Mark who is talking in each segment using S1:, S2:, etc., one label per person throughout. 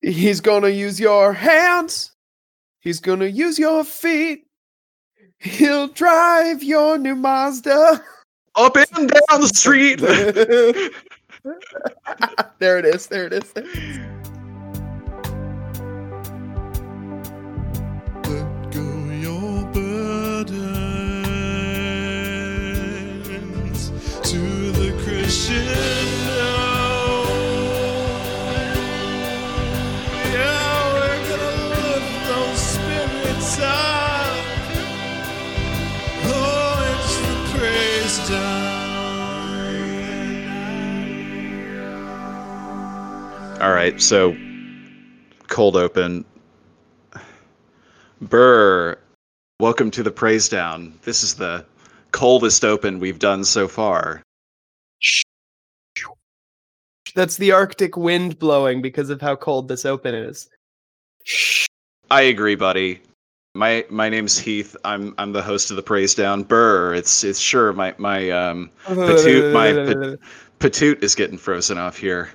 S1: He's gonna use your hands. He's gonna use your feet. He'll drive your new Mazda.
S2: Up and down the street.
S1: there it is. There it is. There it is.
S3: Let go your burdens to the Christian. now. Yeah, we're gonna lift those spirits up. Oh, it's the praise time.
S2: All right, so cold open. Burr, welcome to the praise down. This is the coldest open we've done so far.
S1: That's the Arctic wind blowing because of how cold this open is.
S2: I agree, buddy. My my name's Heath. I'm I'm the host of the praise down. Burr, it's it's sure my my um Patoot, my pat- patoot is getting frozen off here.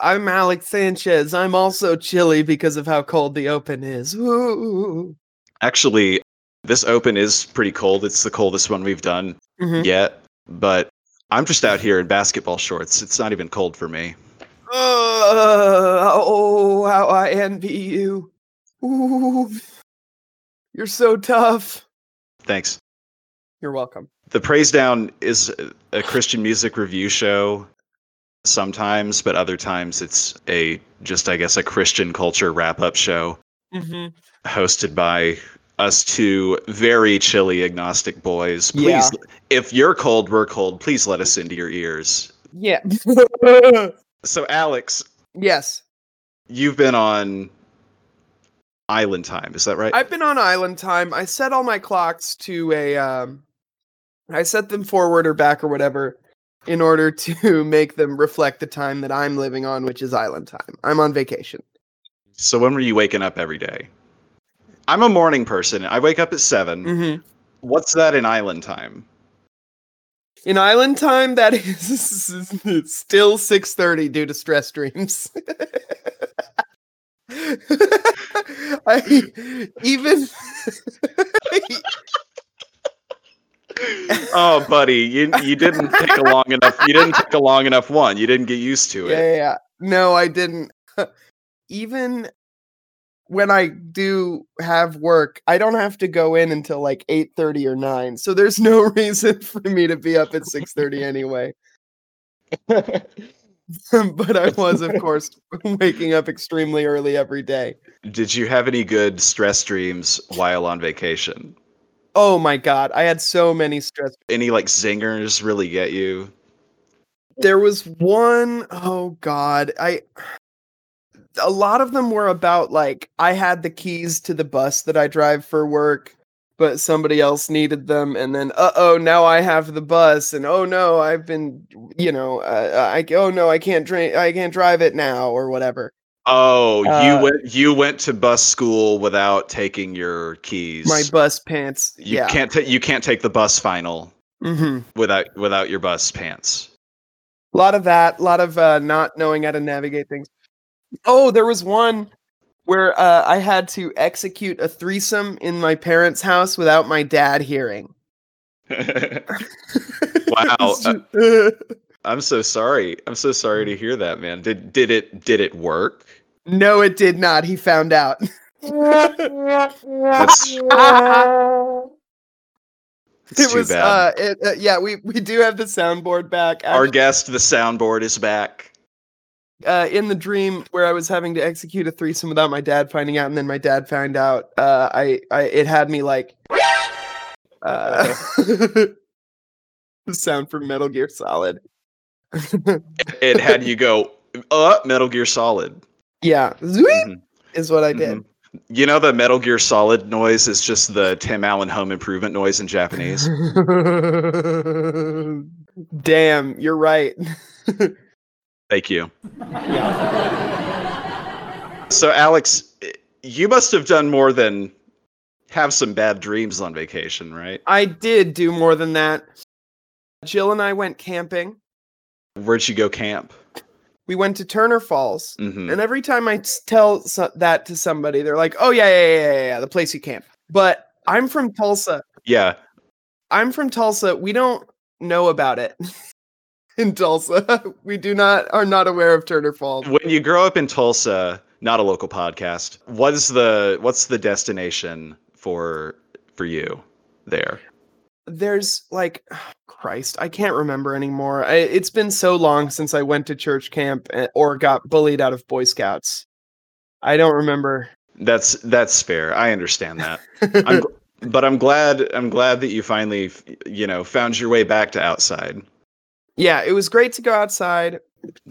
S1: I'm Alex Sanchez. I'm also chilly because of how cold the open is. Woo.
S2: Actually, this open is pretty cold. It's the coldest one we've done
S1: Mhm.
S2: yet, but I'm just out here in basketball shorts. It's not even cold for me.
S1: Uh, oh, how I envy you. Ooh, you're so tough.
S2: Thanks.
S1: You're welcome.
S2: The Praise Down is a Christian music review show sometimes, but other times it's a just I guess a Christian culture wrap-up show
S1: Mm-hmm.
S2: hosted by us two very chilly agnostic boys. Please
S1: Yeah.
S2: if you're cold, we're cold. Please let us into your ears.
S1: Yeah.
S2: So Alex,
S1: yes.
S2: you've been on Island Time, is that right?
S1: I've been on island time. I set all my clocks to a um I set them forward or back or whatever in order to make them reflect the time that I'm living on, which is island time. I'm on vacation.
S2: so when were you waking up every day? I'm a morning person. I wake up at 7.
S1: Mm-hmm.
S2: What's that in Island Time?
S1: In island time, that is it's still 6:30 due to stress dreams. I even
S2: oh, buddy, you you didn't take a long enough. You didn't take a long enough one. You didn't get used to it.
S1: Yeah, yeah, yeah. No, I didn't. Even when I do have work, I don't have to go in until like 8:30 or 9. So there's no reason for me to be up at 6:30 anyway. but I was of course waking up extremely early every day.
S2: Did you have any good stress dreams while on vacation?
S1: Oh my god, I had so many stress.
S2: Any like zingers really get you?
S1: There was one, oh god, I a lot of them were about like I had the keys to the bus that I drive for work, but somebody else needed them, and then uh oh, now I have the bus, and oh no, I've been you know uh, I oh no, I can't drink, I can't drive it now or whatever.
S2: Oh,
S1: Uh,
S2: you went you went to bus school without taking your keys.
S1: My bus pants,
S2: you
S1: yeah,
S2: can't ta- you can't take the bus final
S1: mm-hmm.
S2: without without your bus pants.
S1: a lot of that, a lot of uh, not knowing how to navigate things. Oh, there was one where uh, I had to execute a threesome in my parents' house without my dad hearing.
S2: Wow,
S1: It's ju-
S2: I'm so sorry. I'm so sorry to hear that, man. Did did it did it work?
S1: No, it did not. He found out.
S2: That's It's
S1: it
S2: too
S1: was,
S2: bad.
S1: Uh, it, uh, yeah, we, we do have the soundboard back.
S2: Our
S1: Actu-
S2: guest, the soundboard, is back.
S1: uh, in the dream where I was having to execute a threesome without my dad finding out, and then my dad found out. Uh, I, I it had me like uh, the sound from Metal Gear Solid.
S2: It had you go, uh, Metal Gear Solid.
S1: yeah, Zoink
S2: Mhm,
S1: is what I did.
S2: mhm. You know, the Metal Gear Solid noise is just the Tim Allen home improvement noise in Japanese.
S1: Damn, you're right.
S2: Thank you. So, Alex, you must have done more than have some bad dreams on vacation, right?
S1: I did do more than that. Jill and I went camping.
S2: Where'd you go camp?
S1: we went to Turner Falls.
S2: Mhm.
S1: And every time I s- tell so- that to somebody, they're like, "Oh yeah, yeah, yeah, yeah, yeah, the place you camp." But I'm from Tulsa.
S2: Yeah.
S1: I'm from Tulsa. We don't know about it in Tulsa. we do not are not aware of Turner Falls.
S2: When you grow up in Tulsa, not a local podcast, what's the what's the destination for for you there?
S1: There's like Christ, I can't remember anymore. I, it's been so long since I went to church camp eh, or got bullied out of Boy Scouts. I don't remember.
S2: That's that's fair. I understand that. I'm, gl- but I'm glad I'm glad that you finally f- you know found your way back to outside.
S1: yeah, it was great to go outside.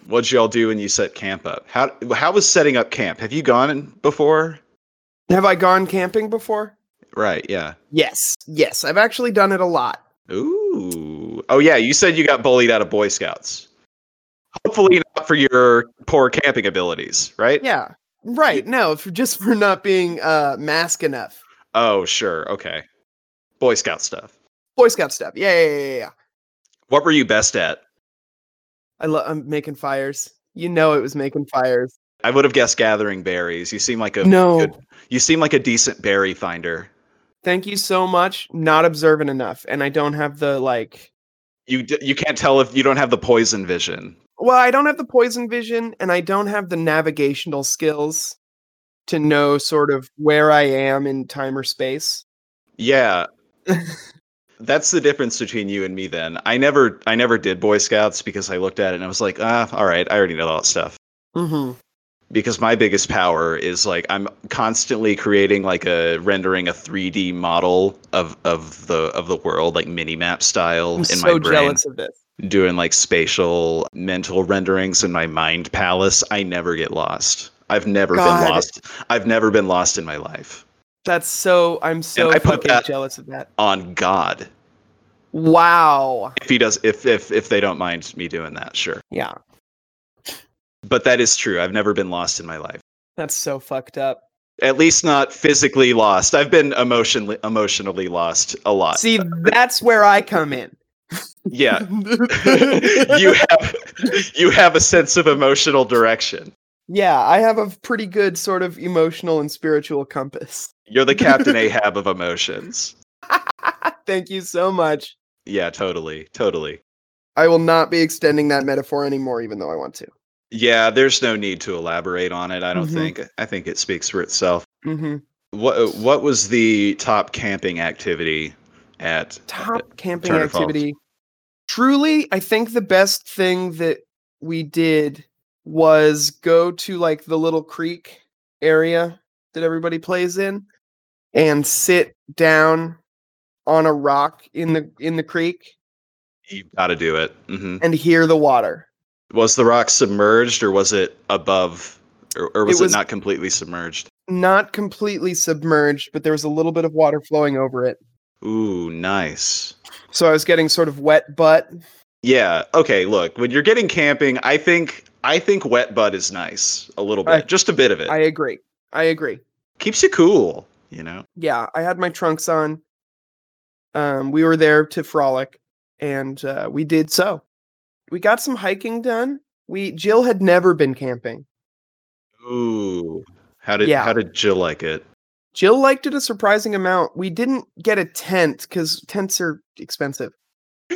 S2: What'd y'all do when you set camp up? How how was setting up camp? Have you gone before?
S1: Have I gone camping before?
S2: Right. Yeah.
S1: Yes, yes, I've actually done it a lot.
S2: Ooh. Oh yeah. You said you got bullied out of Boy Scouts. Hopefully not for your poor camping abilities, right?
S1: Yeah, right. No, for just for not being uh mask enough.
S2: Oh sure. Okay. Boy Scout stuff.
S1: Boy Scout stuff. Yeah, yeah, yeah, yeah, yeah.
S2: What were you best at?
S1: I love. I'm making fires. You know, it was making fires.
S2: I would have guessed gathering berries. You seem like a
S1: No,
S2: good- you seem like a decent berry finder.
S1: thank you so much. Not observant enough, and I don't have the like.
S2: You d- you can't tell if you don't have the poison vision.
S1: Well, I don't have the poison vision, and I don't have the navigational skills to know sort of where I am in time or space.
S2: Yeah. That's the difference between you and me then. I never I never did Boy Scouts because I looked at it and I was like, ah, all right, I already know that stuff.
S1: Mm-hmm.
S2: Because my biggest power is like I'm constantly creating like a rendering a 3D model of of the of the world, like mini map style
S1: I'm
S2: in
S1: so
S2: my brain.
S1: jealous of this.
S2: Doing like spatial mental renderings in my mind palace. I never get lost. I've never
S1: God.
S2: been lost. I've never been lost in my life.
S1: That's so. I'm so
S2: I put
S1: fucking
S2: that-
S1: jealous of that.
S2: On God.
S1: Wow.
S2: if he does if if if they don't mind me doing that sure
S1: Yeah,
S2: but that is true i've never been lost in my life
S1: that's so fucked up.
S2: at least not physically lost i've been emotionally emotionally lost a lot
S1: See, that's where I come in.
S2: yeah you have you have a sense of emotional direction
S1: yeah, I have a pretty good sort of emotional and spiritual compass.
S2: you're the captain ahab of emotions
S1: Thank you so much.
S2: yeah totally totally
S1: I will not be extending that metaphor anymore, even though I want to.
S2: yeah there's no need to elaborate on it i don't
S1: Mhm.
S2: think i think it speaks for itself
S1: Mm-hmm.
S2: what what was the top camping activity at
S1: Top camping
S2: Turner Falls.
S1: activity. Truly, I think the best thing that we did was go to like the little creek area that everybody plays in and sit down on a rock in the in the creek
S2: you've got to do it hmm
S1: and hear the water.
S2: Was the rock submerged or was it above or, or was it,
S1: was-
S2: not completely submerged?
S1: Not completely submerged, but there was a little bit of water flowing over it.
S2: Ooh, nice.
S1: So I was getting sort of wet butt.
S2: Yeah, okay, look, when you're getting camping, I think I think wet butt is nice a little bit.
S1: I-
S2: just a bit of it.
S1: I agree. I agree.
S2: Keeps you cool, you know.
S1: yeah, I had my trunks on. Um, we were there to frolic, and uh, we did so. We got some hiking done. We Jill had never been camping.
S2: Ooh. How did
S1: Yeah.
S2: how did Jill like it?
S1: Jill liked it a surprising amount. We didn't get a tent because tents are expensive.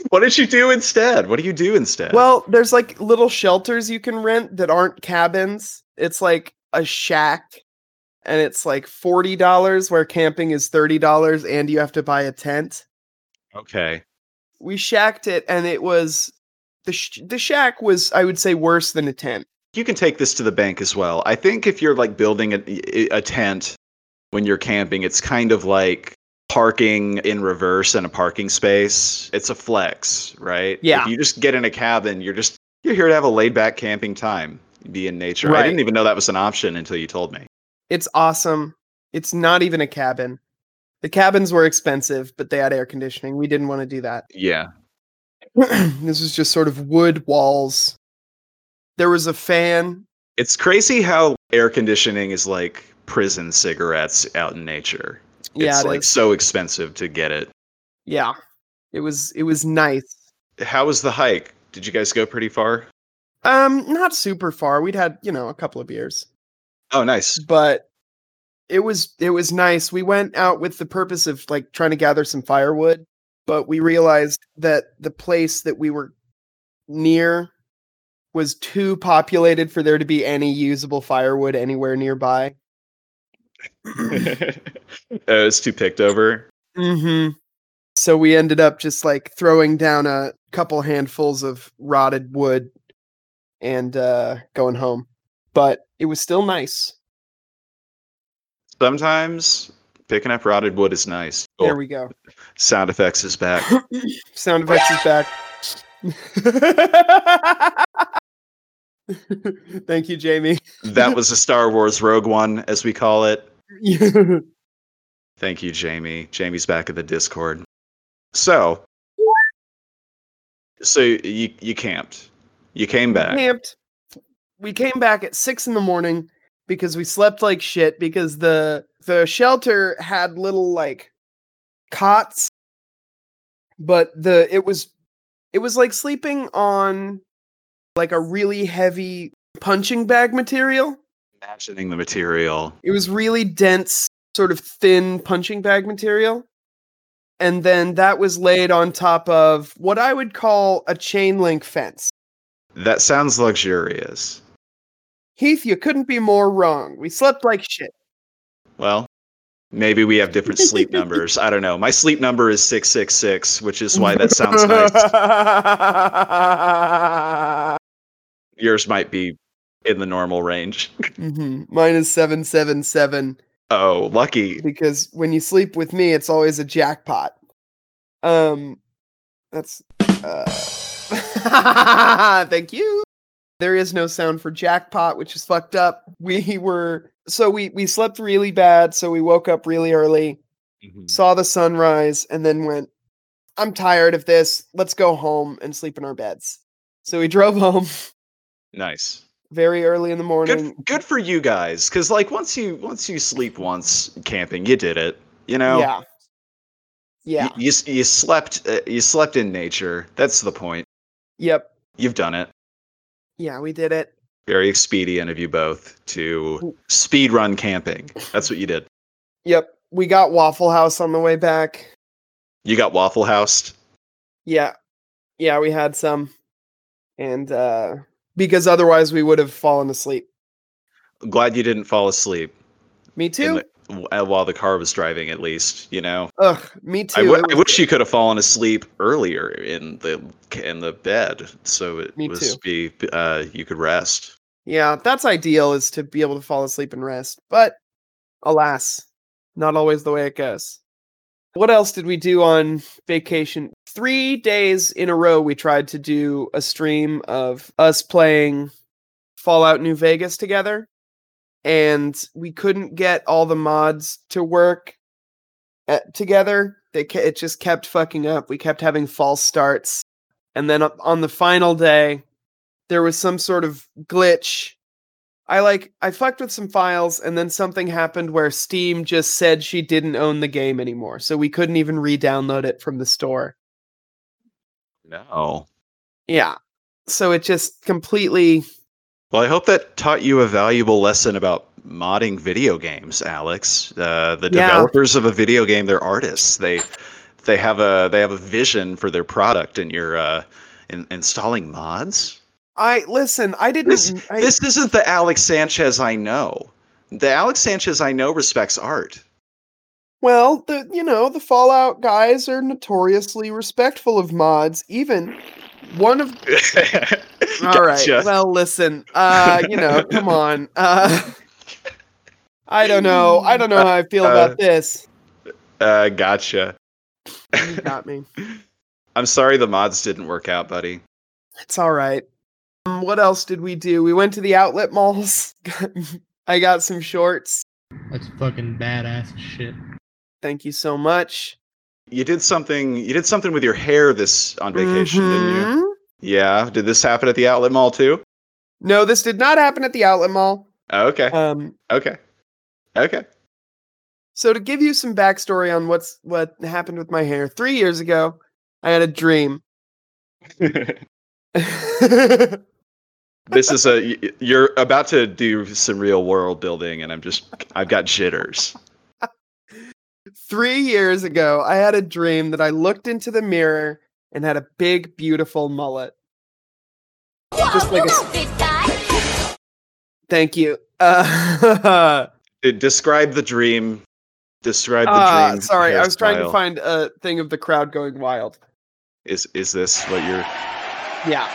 S2: What did you do instead? What do you do instead?
S1: Well, there's like little shelters you can rent that aren't cabins. It's like a shack, and it's like forty dollars where camping is thirty dollars, and you have to buy a tent.
S2: okay.
S1: we shacked it and it was the sh- the shack was i would say worse than a tent
S2: You can take this to the bank as well. I think if you're like building a, a tent when you're camping, it's kind of like parking in reverse in a parking space. It's a flex, right?
S1: Yeah.
S2: If you just get in a cabin, you're just you're here to have a laid back camping time, be in nature. I
S1: Right.
S2: didn't even know that was an option until you told me.
S1: it's awesome it's not even a cabin the cabins were expensive but they had air conditioning we didn't want to do that
S2: Yeah.
S1: this was just sort of wood walls there was a fan
S2: It's crazy how air conditioning is like prison cigarettes out in nature.
S1: yeah
S2: it's
S1: it
S2: like
S1: is.
S2: so expensive to get it.
S1: yeah it was it was nice
S2: How was the hike? Did you guys go pretty far?
S1: Um, not super far. We'd had, you know, a couple of beers,
S2: Oh, nice.
S1: but it was it was nice. We went out with the purpose of like trying to gather some firewood, but we realized that the place that we were near was too populated for there to be any usable firewood anywhere nearby.
S2: oh, it's too picked over.
S1: Mm-hmm. So we ended up just like throwing down a couple handfuls of rotted wood and uh, going home. But it was still nice.
S2: Sometimes picking up rotted wood is nice. Cool.
S1: There we go.
S2: Sound effects is back.
S1: Sound effects is back. Thank you, Jamie.
S2: that was a Star Wars Rogue One, as we call it. Thank you, Jamie. Jamie's back at the Discord. So, so you you camped, you came back.
S1: We camped. We came back at six in the morning because we slept like shit because the the shelter had little like cots, but the it was it was like sleeping on like a really heavy punching bag material.
S2: Imagining the material.
S1: It was really dense, sort of thin punching bag material. And then that was laid on top of what I would call a chain link fence.
S2: That sounds luxurious.
S1: Heath, you couldn't be more wrong. We slept like shit.
S2: Well, maybe we have different sleep numbers. I don't know. My sleep number is six six six, which is why that sounds nice. Yours might be in the normal range.
S1: Mhm. Mine is 777
S2: Oh, lucky.
S1: because when you sleep with me, it's always a jackpot. Um, that's. Uh... Thank you. There is no sound for jackpot, which is fucked up. We were so we we slept really bad, so we woke up really early, saw the sunrise, and then went. I'm tired of this. Let's go home and sleep in our beds. So we drove home
S2: Nice.
S1: very early in the morning.
S2: Good, good for you guys, because like once you once you sleep once camping, you did it. You know.
S1: Yeah. Yeah.
S2: Y- You, s- you slept uh, you slept in nature. That's the point.
S1: yep.
S2: You've done it.
S1: Yeah, we did it.
S2: Very expedient of you both to speed run camping. That's what you did.
S1: Yep. We got Waffle House on the way back.
S2: You got waffle housed.
S1: Yeah. Yeah, we had some. And uh because otherwise we would have fallen asleep.
S2: Glad you didn't fall asleep
S1: Me
S2: in
S1: too.
S2: the- w- uh, while the car was driving. At least you know.
S1: Ugh, me too.
S2: I, w-
S1: It
S2: I
S1: was-
S2: wish you could have fallen asleep earlier in the in the bed, so it
S1: Me
S2: was be uh, you could rest.
S1: yeah, that's ideal is to be able to fall asleep and rest. But alas, not always the way it goes. What else did we do on vacation? 3 days in a row we tried to do a stream of us playing Fallout New Vegas together and we couldn't get all the mods to work at, together. They ca- it just kept fucking up. We kept having false starts, and then up- on the final day, there was some sort of glitch. I like I fucked with some files, and then something happened where Steam just said she didn't own the game anymore, so we couldn't even re-download it from the store.
S2: No.
S1: Yeah, so it just completely
S2: Well, I hope that taught you a valuable lesson about modding video games, Alex. Uh, the
S1: Yeah.
S2: developers of a video game, they're artists. They they have a they have a vision for their product, and you're uh, in, installing mods.
S1: I listen. I didn't. I,
S2: This isn't the Alex Sanchez I know. The Alex Sanchez I know respects art.
S1: Well, the you know, the Fallout guys are notoriously respectful of mods, even one of All right.
S2: Gotcha.
S1: Well, listen. Uh, you know, come on. Uh I don't know. I don't know how I feel
S2: Uh,
S1: about this.
S2: Uh, gotcha.
S1: You got me.
S2: I'm sorry the mods didn't work out, buddy.
S1: It's all right. Um, what else did we do? We went to the outlet malls. I got some shorts.
S4: That's fucking badass shit.
S1: Thank you so much.
S2: You did something. You did something with your hair this on vacation, didn't you?
S1: Mhm.
S2: Yeah. Did this happen at the outlet mall too?
S1: No, this did not happen at the outlet mall.
S2: Okay.
S1: Um,
S2: Okay. Okay.
S1: So to give you some backstory on what's what happened with my hair, three years ago, I had a dream.
S2: This is a y- you're about to do some real world building, and I'm just I've got jitters.
S1: Three years ago, I had a dream that I looked into the mirror and had a big, beautiful mullet. Just like a thank you. Uh,
S2: Uh, Describe the dream. Describe the
S1: ah,
S2: dream.
S1: sorry, I was trying to
S2: hairstyle.
S1: find a thing of the crowd going wild.
S2: Is is this what you're?
S1: Yeah.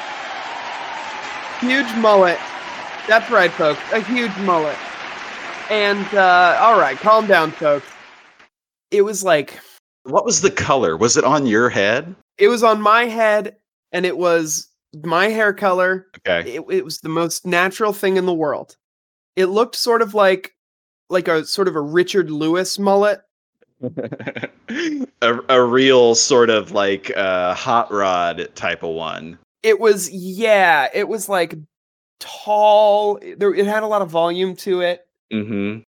S1: Huge mullet. That's right, folks. A huge mullet. And uh, all right, calm down, folks. It was like
S2: What was the color? Was it on your head?
S1: it was on my head, and it was my hair color.
S2: Okay.
S1: It, it was the most natural thing in the world. It looked sort of like like a sort of a Richard Lewis mullet.
S2: a, a real sort of like uh, hot rod type of one.
S1: It was yeah, it was like tall. There, it had a lot of volume to it.
S2: Mm-hmm.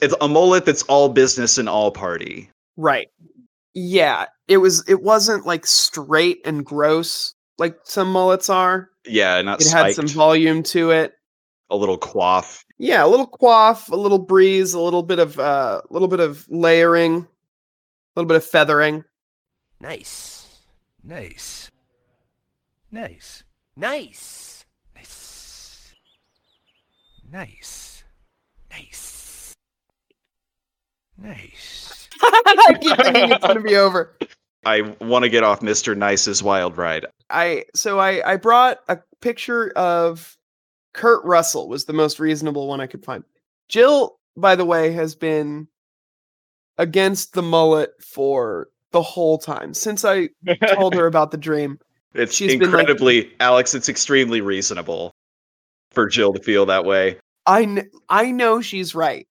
S2: It's a mullet that's all business and all party.
S1: Right. Yeah, it was it wasn't like straight and gross like some mullets are.
S2: Yeah, not
S1: It had some
S2: spiked.
S1: volume to it.
S2: a little quaff.
S1: Yeah, a little quaff, a little breeze, a little bit of uh a little bit of layering, a little bit of feathering.
S5: Nice. Nice. Nice. Nice. Nice. Nice. Nice. Nice.
S1: I keep thinking it's gonna be over.
S2: I want to get off Mr. Nice's wild ride.
S1: I so I I brought a picture of Kurt Russell was the most reasonable one I could find. Jill, by the way, has been against the mullet for the whole time since I told her about the dream.
S2: It's
S1: She's been like-
S2: incredibly, Alex, it's extremely reasonable for Jill to feel that way.
S1: I kn- I know she's right.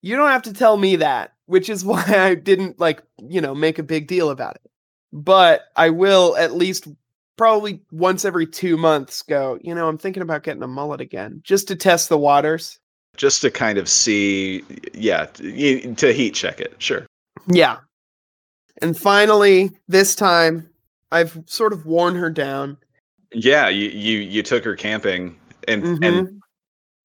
S1: You don't have to tell me that, which is why I didn't like, you know, make a big deal about it. But I will at least probably once every 2 months go, you know, I'm thinking about getting a mullet again just to test the waters.
S2: Just to kind of see, yeah, y- to heat check it. Sure.
S1: Yeah. And finally, this time I've sort of worn her down.
S2: Yeah, you you, you took her camping and and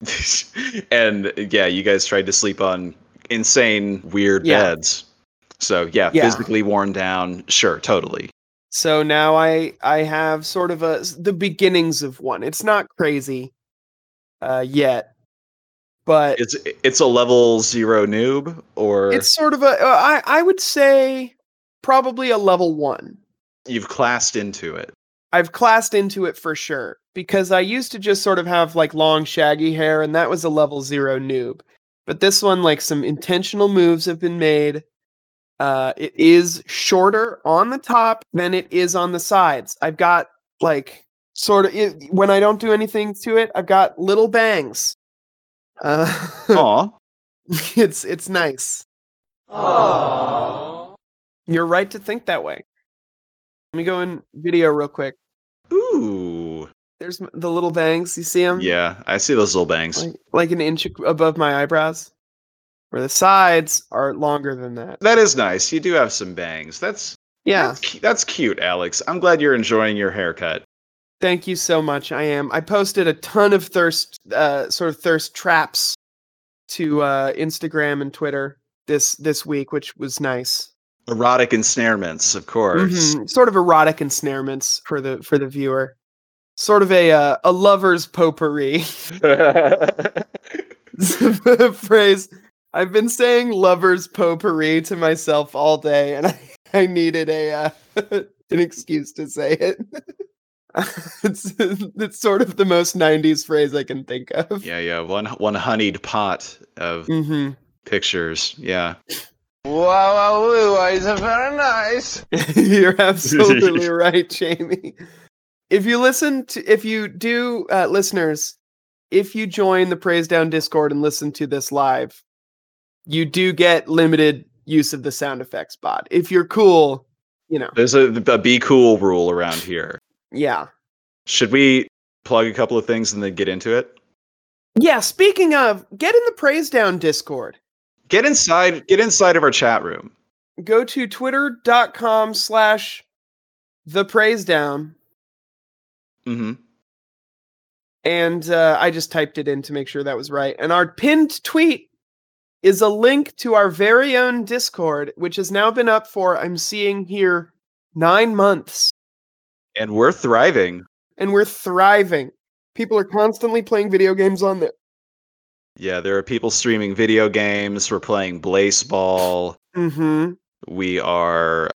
S1: Mhm.
S2: and yeah, you guys tried to sleep on insane, weird
S1: Yeah.
S2: beds. So yeah,
S1: Yeah.
S2: physically worn down. Sure, totally.
S1: So now I I have sort of a the beginnings of one. It's not crazy uh yet. But
S2: It's it's a level zero noob, or
S1: it's sort of a uh, I I would say probably a level 1.
S2: you've classed into it.
S1: I've classed into it for sure because I used to just sort of have like long shaggy hair and that was a level 0 noob. But this one like some intentional moves have been made. Uh it is shorter on the top than it is on the sides. I've got like sort of it, when I don't do anything to it, I've got little bangs. Uh
S2: Aw,
S1: it's it's nice. You're right to think that way. Let me go in video real quick.
S2: ooh,
S1: There's m- the little bangs. You see them?
S2: yeah, I see those little bangs.
S1: Um, Like, like an inch ac- above my eyebrows, where the sides are longer than that.
S2: That is nice. You do have some bangs. That's
S1: Yeah.
S2: that's, cu- that's cute, Alex. I'm glad you're enjoying your haircut.
S1: Thank you so much. I am. I posted a ton of thirst, uh, sort of thirst traps, to uh, Instagram and Twitter this this week, which was nice.
S2: Erotic ensnarements, of course.
S1: Mhm. Sort of erotic ensnarements for the for the viewer. Sort of a uh, a lover's potpourri. phrase. I've been saying lovers potpourri to myself all day, and I, I needed a uh, an excuse to say it. it's it's sort of the most '90s phrase I can think of.
S2: yeah, yeah. One one honeyed pot of
S1: hmm
S2: pictures. Yeah.
S3: Wow, wow, wow, it's very nice.
S1: You're absolutely right, Jamie. If you listen to, if you do, uh, listeners, if you join the Praise Down Discord and listen to this live, you do get limited use of the sound effects bot. If you're cool, you know,
S2: There's a, a be cool rule around here.
S1: yeah.
S2: Should we plug a couple of things and then get into it?
S1: Yeah, speaking of, get in the Praise Down Discord.
S2: Get inside. Get inside of our chat room.
S1: Go to twitter.com
S2: Mm-hmm.
S1: slash the praise down
S2: hmm
S1: And uh, I just typed it in to make sure that was right. And our pinned tweet is a link to our very own Discord, which has now been up for, I'm seeing here, nine months.
S2: and we're thriving.
S1: And we're thriving. People are constantly playing video games on there.
S2: Yeah, there are people streaming video games. We're playing baseball.
S1: Mm
S2: We are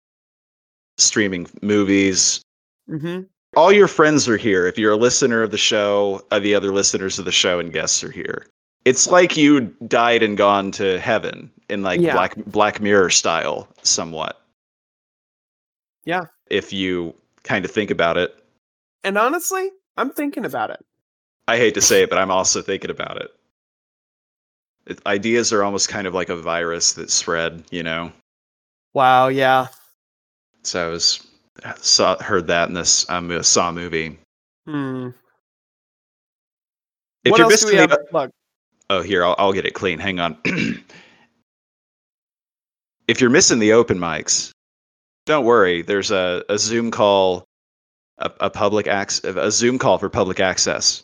S2: streaming movies.
S1: hmm. Mm hmm.
S2: All your friends are here. If you're a listener of the show, uh, the other listeners of the show and guests are here. It's like you died and gone to heaven in like
S1: Yeah.
S2: Black Black Mirror style, somewhat.
S1: Yeah.
S2: If you kind of think about it,
S1: And honestly, I'm thinking about it.
S2: I hate to say it, but I'm also thinking about it. it. Ideas are almost kind of like a virus that spread, you know.
S1: Wow. Yeah.
S2: So I was saw heard that in this um, saw movie.
S1: Hmm.
S2: If
S1: what
S2: you're
S1: else do we
S2: missing
S1: have?
S2: the,
S1: to plug?
S2: oh here I'll, I'll get it clean. Hang on. if you're missing the open mics, don't worry. There's a, a Zoom call, a, a public access, a Zoom call for public access.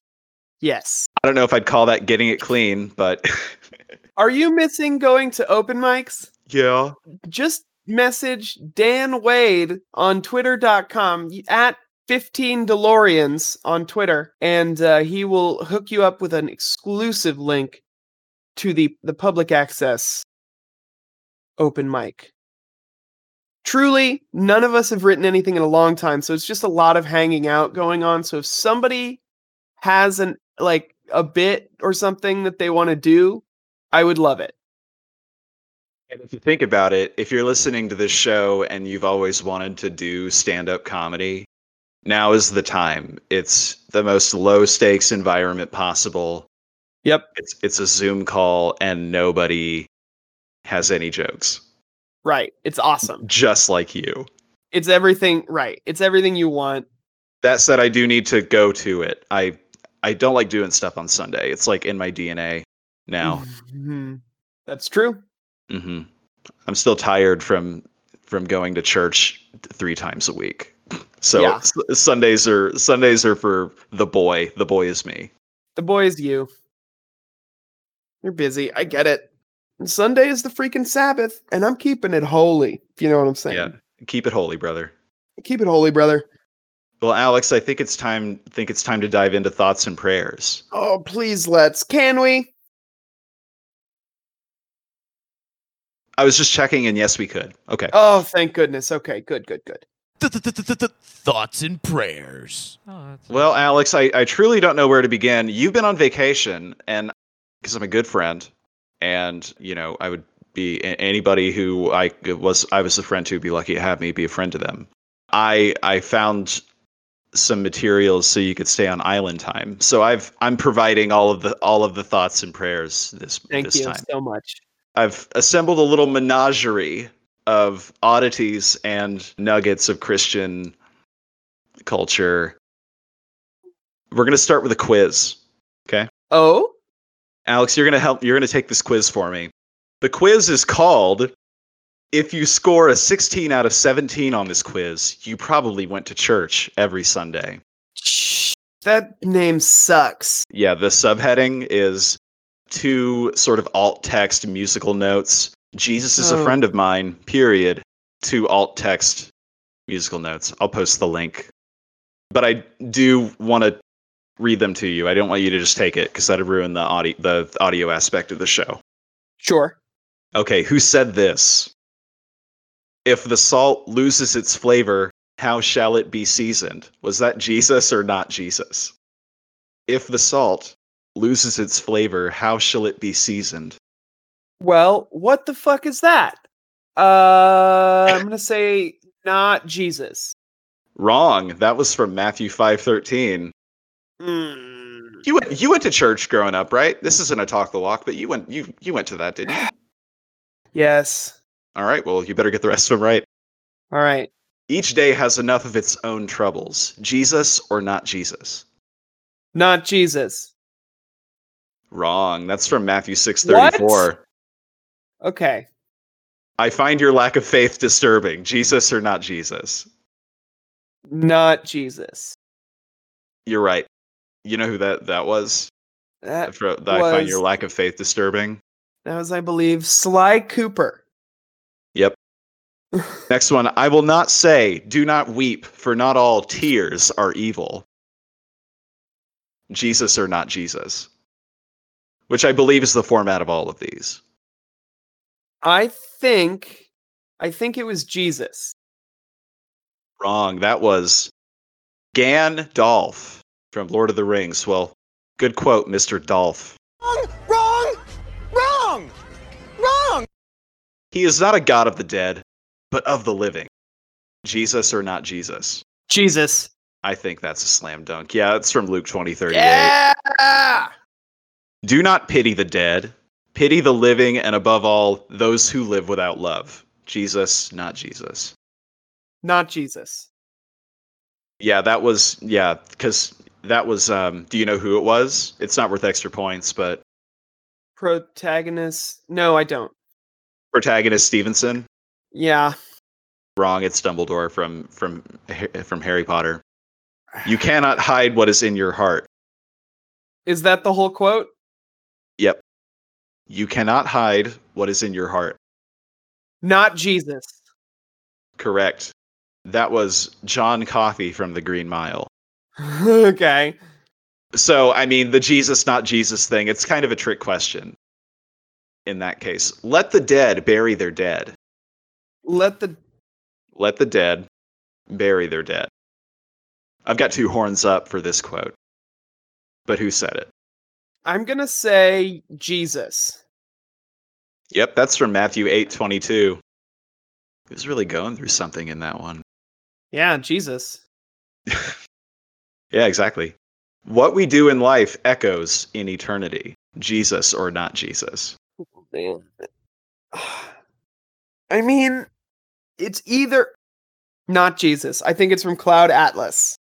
S1: Yes.
S2: I don't know if I'd call that getting it clean, but
S1: Are you missing going to open mics?
S2: yeah,
S1: Just message Dan Wade on twitter.com y- at 15DeLoreans on Twitter, and uh, he will hook you up with an exclusive link to the, the public access open mic. Truly, none of us have written anything in a long time, so it's just a lot of hanging out going on. So if somebody has an like a bit or something that they want to do, I would love it.
S2: And if you think about it, if you're listening to this show and you've always wanted to do stand up comedy, now is the time. It's the most low stakes environment possible.
S1: Yep.
S2: It's it's a Zoom call and nobody has any jokes.
S1: Right. It's awesome.
S2: Just like you.
S1: It's everything right. It's everything you want.
S2: That said, I do need to go to it. I I don't like doing stuff on Sunday. It's like in my DNA now.
S1: Mhm. That's true.
S2: hmm I'm still tired from from going to church th- three times a week. So
S1: Yeah.
S2: s- Sundays are Sundays are for the boy. The boy is me.
S1: The boy is you. You're busy. I get it. Sunday is the freaking Sabbath, and I'm keeping it holy. If you know what I'm saying.
S2: Yeah. Keep it holy, brother.
S1: Keep it holy, brother.
S2: Well, Alex, I think it's time think it's time to dive into thoughts and prayers.
S1: Oh, please let's. Can we?
S2: I was just checking and yes we could. Okay.
S1: Oh, thank goodness. Okay, good, good, good.
S5: Thoughts and prayers.
S6: Oh, that's
S2: Well, Alex, I, I truly don't know where to begin. You've been on vacation, and because I'm a good friend, and you know, I would be a- anybody who I was I was a friend to would be lucky to have me be a friend to them. I I found some materials so you could stay on island time. So I've I'm providing all of the all of the thoughts and prayers this
S1: Thank
S2: this
S1: you
S2: time.
S1: so much.
S2: I've assembled a little menagerie of oddities and nuggets of Christian culture. We're going to start with a quiz.
S1: Oh,
S2: Alex, you're going to help you're going to take this quiz for me. The quiz is called If you score a 16 out of 17 on this quiz, you probably went to church every Sunday.
S1: that name sucks.
S2: Yeah, the subheading is two sort of alt text musical notes. Jesus is
S1: Oh.
S2: a friend of mine, period. Two alt text musical notes. I'll post the link. But I do want to read them to you. I don't want you to just take it because that'd ruin the audio the audio aspect of the show.
S1: Sure.
S2: Okay, who said this? If the salt loses its flavor, how shall it be seasoned? Was that Jesus or not Jesus? If the salt loses its flavor, how shall it be seasoned?
S1: Well, what the fuck is that? Uh, I'm gonna say not Jesus.
S2: Wrong. That was from Matthew 5:13.
S1: Mm.
S2: You went, you went to church growing up, right? This isn't a talk the walk, but you went you you went to that, didn't you?
S1: Yes.
S2: All right. Well, you better get the rest of them right.
S1: All right.
S2: Each day has enough of its own troubles. Jesus or not Jesus?
S1: Not Jesus.
S2: Wrong. That's from Matthew
S1: What?
S2: 6:34.
S1: Okay.
S2: I find your lack of faith disturbing. Jesus or not Jesus?
S1: Not Jesus.
S2: You're right. You know who that that was?
S1: That,
S2: For- that I find
S1: was-
S2: your lack of faith disturbing.
S1: that was, I believe, Sly Cooper.
S2: Next one. I will not say, do not weep, for not all tears are evil. Jesus or not Jesus. Which I believe is the format of all of these.
S1: I think, I think it was Jesus.
S2: Wrong. That was Gandalf from Lord of the Rings. Well, good quote, Mr. Dolph.
S6: Wrong! Wrong! Wrong!
S2: He is not a god of the dead, but of the living. Jesus or not Jesus.
S1: Jesus.
S2: I think that's a slam dunk. Yeah, it's from Luke 20 38.
S1: Yeah.
S2: Do not pity the dead. Pity the living and above all, those who live without love. Jesus, not Jesus.
S1: Not Jesus.
S2: Yeah, that was, yeah, because that was, um, do you know who it was? It's not worth extra points, but
S1: Protagonist. No, I don't.
S2: protagonist Stevenson.
S1: Yeah.
S2: Wrong, it's Dumbledore from from from Harry Potter. You cannot hide what is in your heart.
S1: Is that the whole quote?
S2: You cannot hide what is in your heart.
S1: Not Jesus.
S2: Correct. That was John Coffey from The Green Mile.
S1: okay.
S2: So, I mean, the Jesus, not Jesus thing, it's kind of a trick question in that case. Let the dead bury their dead.
S1: Let the
S2: Let the dead bury their dead. I've got two horns up for this quote. But who said it?
S1: I'm gonna say Jesus.
S2: Yep, that's from Matthew eight twenty two. 22. He was really going through something in that one.
S1: Yeah, Jesus.
S2: Yeah, exactly. What we do in life echoes in eternity, Jesus or not Jesus.
S1: I mean, it's either not Jesus. I think it's from Cloud Atlas.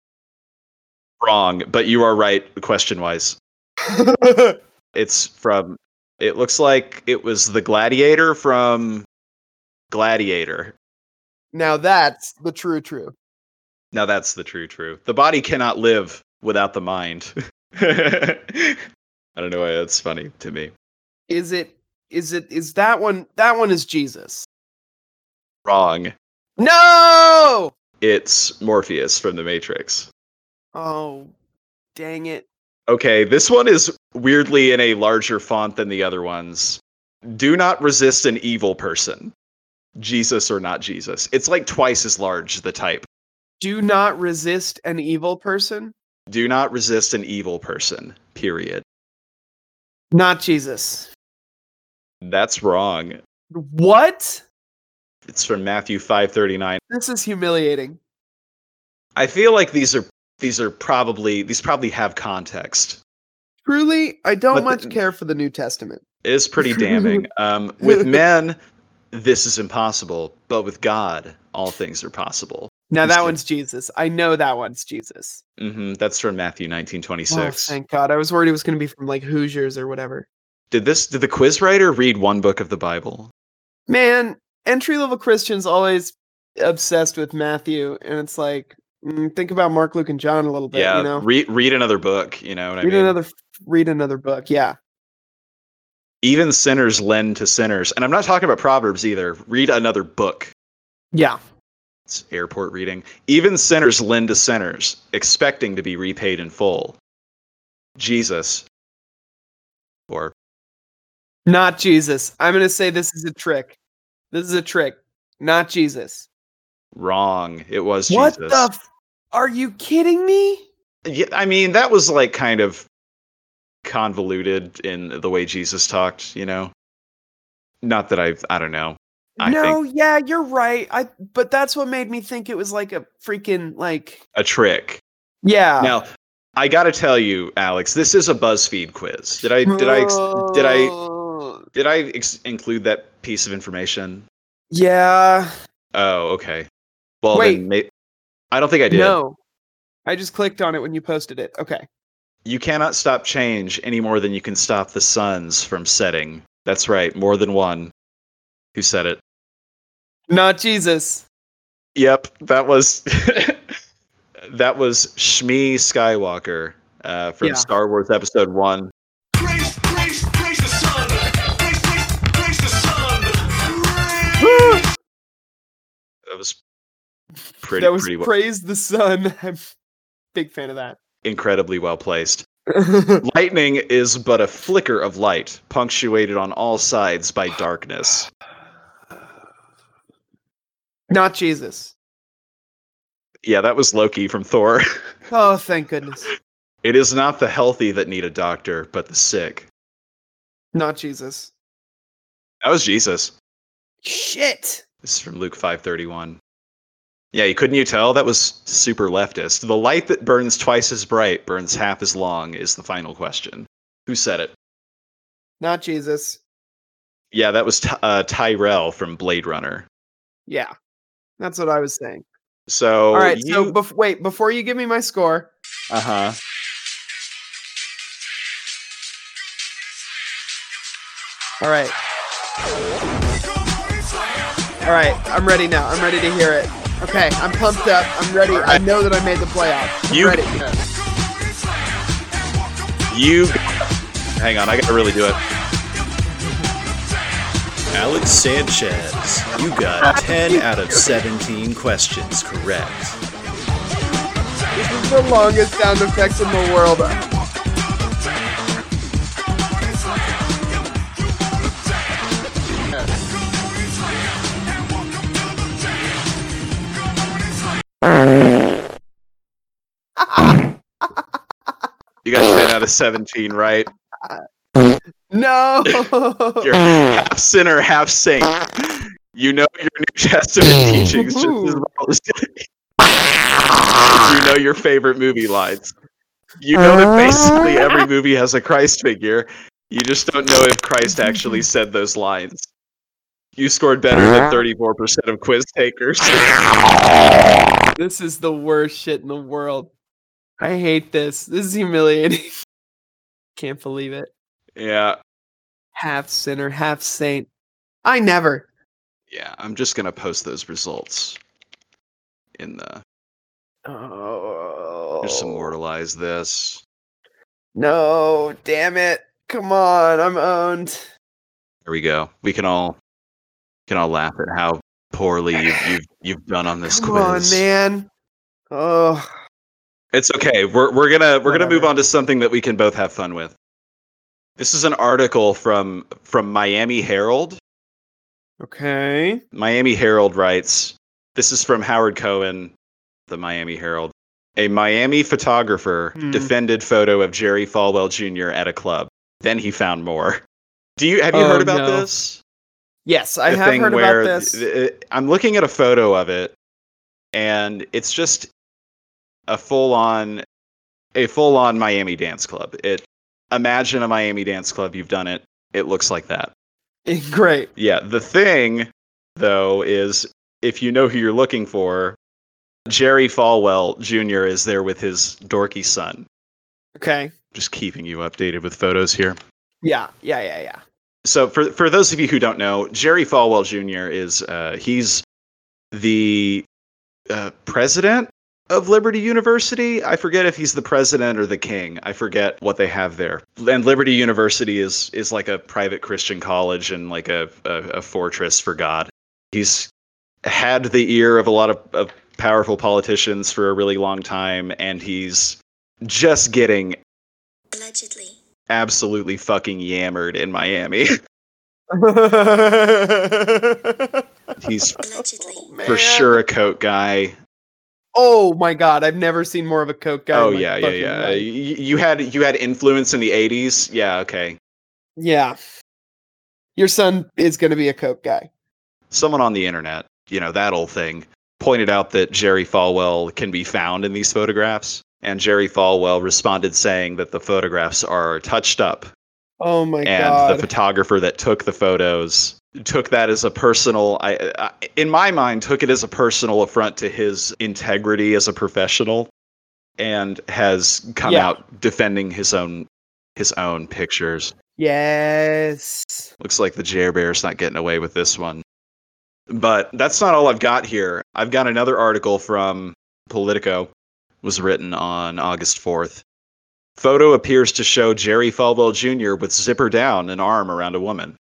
S2: Wrong, but you are right question wise. It's from. It looks like it was the Gladiator from Gladiator.
S1: now that's the true true.
S2: Now that's the true true. The body cannot live without the mind. I don't know why that's funny to me.
S1: Is it is it is that one that one is Jesus.
S2: Wrong.
S1: No!
S2: It's Morpheus from The Matrix.
S1: Oh dang it.
S2: Okay, this one is weirdly in a larger font than the other ones. Do not resist an evil person. Jesus or not Jesus. It's like twice as large the type.
S1: Do not resist an evil person.
S2: Do not resist an evil person. Period.
S1: Not Jesus.
S2: That's wrong.
S1: What?
S2: It's from Matthew 5:39.
S1: This is humiliating.
S2: I feel like these are these are probably these probably have context.
S1: Truly, I don't
S2: But
S1: much
S2: the-
S1: care for the New Testament.
S2: It is pretty damning. um, with men, this is impossible, but with God, all things are possible.
S1: Now
S2: He's
S1: that
S2: good.
S1: one's Jesus. I know that one's Jesus.
S2: hmm That's from Matthew 19:26.
S1: Oh, thank God. I was worried it was going to be from like Hoosiers or whatever.
S2: did this? Did the quiz writer read one book of the Bible?
S1: Man, entry level Christians always obsessed with Matthew, and it's like mm, think about Mark, Luke, and John a little bit.
S2: yeah.
S1: you know, read,
S2: Read read another book. You know what I mean?
S1: another read another book. Yeah,
S2: Even sinners lend to sinners, and I'm not talking about Proverbs either. Read another book.
S1: yeah.
S2: It's airport reading. Even sinners lend to sinners, expecting to be repaid in full. Jesus. Or
S1: Not Jesus. I'm going to say this is a trick. This is a trick. Not Jesus.
S2: wrong. It was
S1: What
S2: Jesus.
S1: the? F- Are you kidding me?
S2: yeah, I mean, that was like kind of convoluted in the way Jesus talked, you know? Not that I've, I don't know. I
S1: no,
S2: think
S1: yeah, you're right. I but that's what made me think it was like a freaking like
S2: a trick.
S1: yeah.
S2: Now, I gotta tell you, Alex, this is a BuzzFeed quiz. Did I, did I, ex- did I,
S1: Oh.
S2: did I ex- include that piece of information?
S1: Yeah.
S2: Oh, okay. Well,
S1: Wait.
S2: then may- I don't think I did.
S1: No. I just clicked on it when you posted it. Okay.
S2: You cannot stop change any more than you can stop the suns from setting. That's right, more than one. Who said it?
S1: Not Jesus.
S2: Yep, that was that was Shmi Skywalker uh, from
S1: Yeah.
S2: Star Wars Episode One.
S3: Praise, praise, praise the sun. Praise, praise, praise the sun. Praise.
S2: That was pretty,
S1: that was
S2: pretty well-
S1: praise the sun. I'm big fan of that.
S2: incredibly well placed. Lightning is but a flicker of light, punctuated on all sides by darkness.
S1: Not Jesus.
S2: Yeah, that was Loki from Thor.
S1: Oh, thank goodness.
S2: It is not the healthy that need a doctor, but the sick.
S1: Not Jesus.
S2: That was Jesus.
S1: Shit.
S2: This is from Luke 5:31. Yeah, you couldn't you tell that was super leftist. The light that burns twice as bright burns half as long is the final question. Who said it?
S1: Not Jesus.
S2: Yeah, that was Ty- uh, Tyrell from Blade Runner.
S1: Yeah. That's what I was saying.
S2: So
S1: All right.
S2: Oh, you,
S1: So bef- wait, before you give me my score,
S2: uh-huh.
S1: All right. All right, I'm ready now. I'm ready to hear it. Okay, I'm pumped up. I'm ready. I know that I made the playoffs. I'm
S2: You-
S1: ready.
S2: You Hang on, I got to really do it.
S7: Alex Sanchez, you got 10 out of 17 questions correct.
S1: This is the longest sound effects in the world.
S2: You got 10 out of 17, right?
S1: No.
S2: You're half sinner, half saint. You know your New Testament teachings just as well as you know your favorite movie lines. You know that basically every movie has a Christ figure. You just don't know if Christ actually said those lines. You scored better than 34% of quiz takers.
S1: this is the worst shit in the world. I hate this. This is humiliating. Can't believe it.
S2: yeah,
S1: Half sinner, half saint. I never.
S2: yeah. I'm just gonna post those results in the.
S1: Oh.
S2: Just immortalize this.
S1: No, damn it. Come on, I'm owned.
S2: There we go. We can all can all laugh at how poorly you've you've, you've done on this
S1: Come
S2: quiz.
S1: on, man. Oh,
S2: It's okay. We're we're gonna we're gonna move
S1: Whatever.
S2: on to something that we can both have fun with. This is an article from from Miami Herald.
S1: okay.
S2: Miami Herald writes. This is from Howard Cohen, the Miami Herald. A Miami photographer
S1: Hmm.
S2: defended photo of Jerry Falwell Jr. at a club. Then he found more. Do you have you
S1: Oh,
S2: heard about
S1: no.
S2: this?
S1: Yes, I
S2: the
S1: have
S2: thing
S1: heard
S2: where
S1: about this.
S2: th- th- I'm looking at a photo of it, and it's just a full on, a full on Miami dance club. It imagine a Miami dance club. You've done it. It looks like that.
S1: Great.
S2: Yeah. The thing, though, is if you know who you're looking for, Jerry Falwell Jr. is there with his dorky son.
S1: Okay.
S2: Just keeping you updated with photos here.
S1: Yeah, yeah, yeah, yeah.
S2: so for for those of you who don't know, Jerry Falwell Jr. is uh, he's the uh, president of Liberty University. I forget if he's the president or the king. I forget what they have there. And Liberty University is is like a private Christian college and like a a, a fortress for God. He's had the ear of a lot of, of powerful politicians for a really long time, and he's just getting
S8: Allegedly.
S2: absolutely fucking yammered in Miami. He's
S8: Allegedly.
S2: for sure a coat guy.
S1: Oh my god, I've never seen more of a coke guy. in
S2: oh
S1: my
S2: yeah, yeah,
S1: fucking
S2: yeah. Y-
S1: life.
S2: You had you had influence in the '80s. Yeah, okay.
S1: Yeah. Your son is going to be a coke guy.
S2: Someone on the internet, you know that old thing, pointed out that Jerry Falwell can be found in these photographs, and Jerry Falwell responded saying that the photographs are touched up,
S1: Oh my
S2: and
S1: god.
S2: the photographer that took the photos took that as a personal. I, I, in my mind, took it as a personal affront to his integrity as a professional, and has come
S1: Yeah.
S2: out defending his own his own pictures.
S1: yes.
S2: Looks like the Jer Bear's not getting away with this one. But that's not all I've got here. I've got another article from Politico was written on August 4th. Photo appears to show Jerry Falwell Jr. with zipper down and arm around a woman.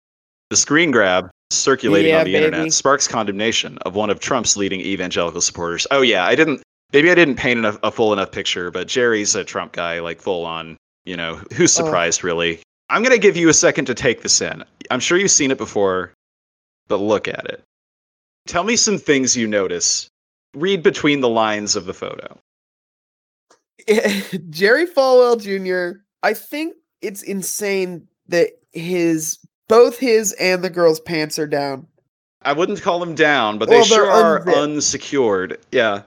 S2: The screen grab circulating
S1: Yeah,
S2: on the
S1: baby.
S2: internet sparks condemnation of one of Trump's leading evangelical supporters. Oh yeah, I didn't. Maybe I didn't paint enough, a full enough picture, but Jerry's a Trump guy, like full on. You know, who's
S1: Oh.
S2: surprised really? I'm gonna give you a second to take this in. I'm sure you've seen it before, but look at it. Tell me some things you notice. Read between the lines of the photo.
S1: Jerry Falwell Jr. I think it's insane that his both his and the girl's pants are down.
S2: I wouldn't call them down, but they
S1: Well, they're
S2: sure are
S1: unzipped.
S2: unsecured. Yeah.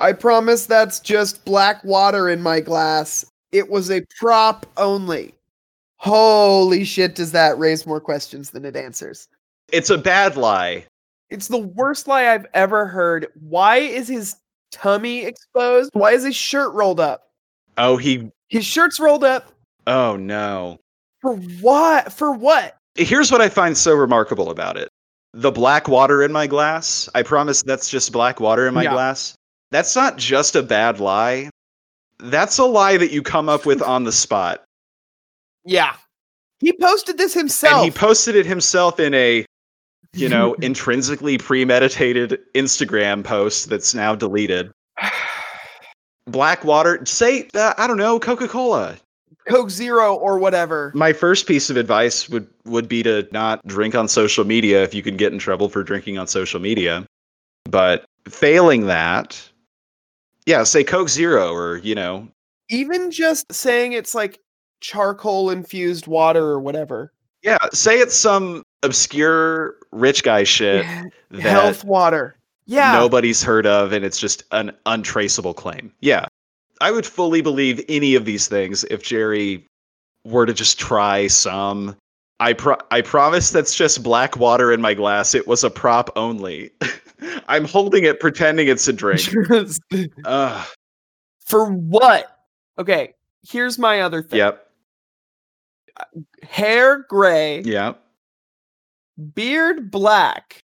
S1: I promise that's just black water in my glass. It was a prop only. Holy shit, does that raise more questions than it answers?
S2: It's a bad lie.
S1: It's the worst lie I've ever heard. Why is his tummy exposed? Why is his shirt rolled up?
S2: Oh, he.
S1: His shirt's rolled up
S2: Oh, no.
S1: for what? For what?
S2: Here's what I find so remarkable about it the black water in my glass. I promise that's just black water in my
S1: Yeah.
S2: glass. That's not just a bad lie. That's a lie that you come up with on the spot.
S1: Yeah. He posted this himself.
S2: And he posted it himself in a, you know, intrinsically premeditated Instagram post that's now deleted. Black water, say, uh, I don't know, Coca Cola.
S1: Coke Zero or whatever.
S2: My first piece of advice would, would be to not drink on social media if you can get in trouble for drinking on social media. But failing that, yeah, say Coke Zero or, you know,
S1: Even just saying it's like charcoal infused water or whatever.
S2: yeah, say it's some obscure rich guy shit. Uh, that-
S1: Health water. Yeah.
S2: nobody's heard of and it's just an untraceable claim. Yeah. I would fully believe any of these things if Jerry were to just try some. I pro- I promise that's just black water in my glass. It was a prop only. I'm holding it pretending it's a drink. Ugh.
S1: for what? Okay. Here's my other thing.
S2: Yep.
S1: Hair gray,
S2: Yep.
S1: beard black,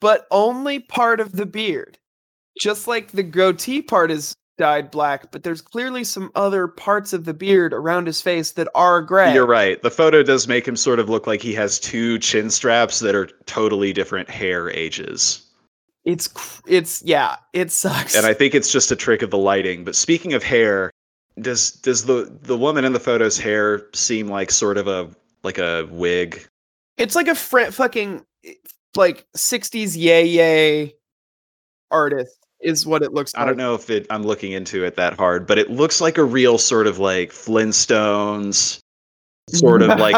S1: but only part of the beard. Just like the goatee part is dyed black, but there's clearly some other parts of the beard around his face that are gray.
S2: You're right. The photo does make him sort of look like he has two chin straps that are totally different hair ages.
S1: It's cr- it's yeah, it sucks.
S2: and I think it's just a trick of the lighting. But speaking of hair, does does the the woman in the photo's hair seem like sort of a like a wig?
S1: It's like a fr- fucking like '60s yay yay artist is what it looks like.
S2: I don't know if it, I'm looking into it that hard, but it looks like a real sort of like Flintstones, sort of like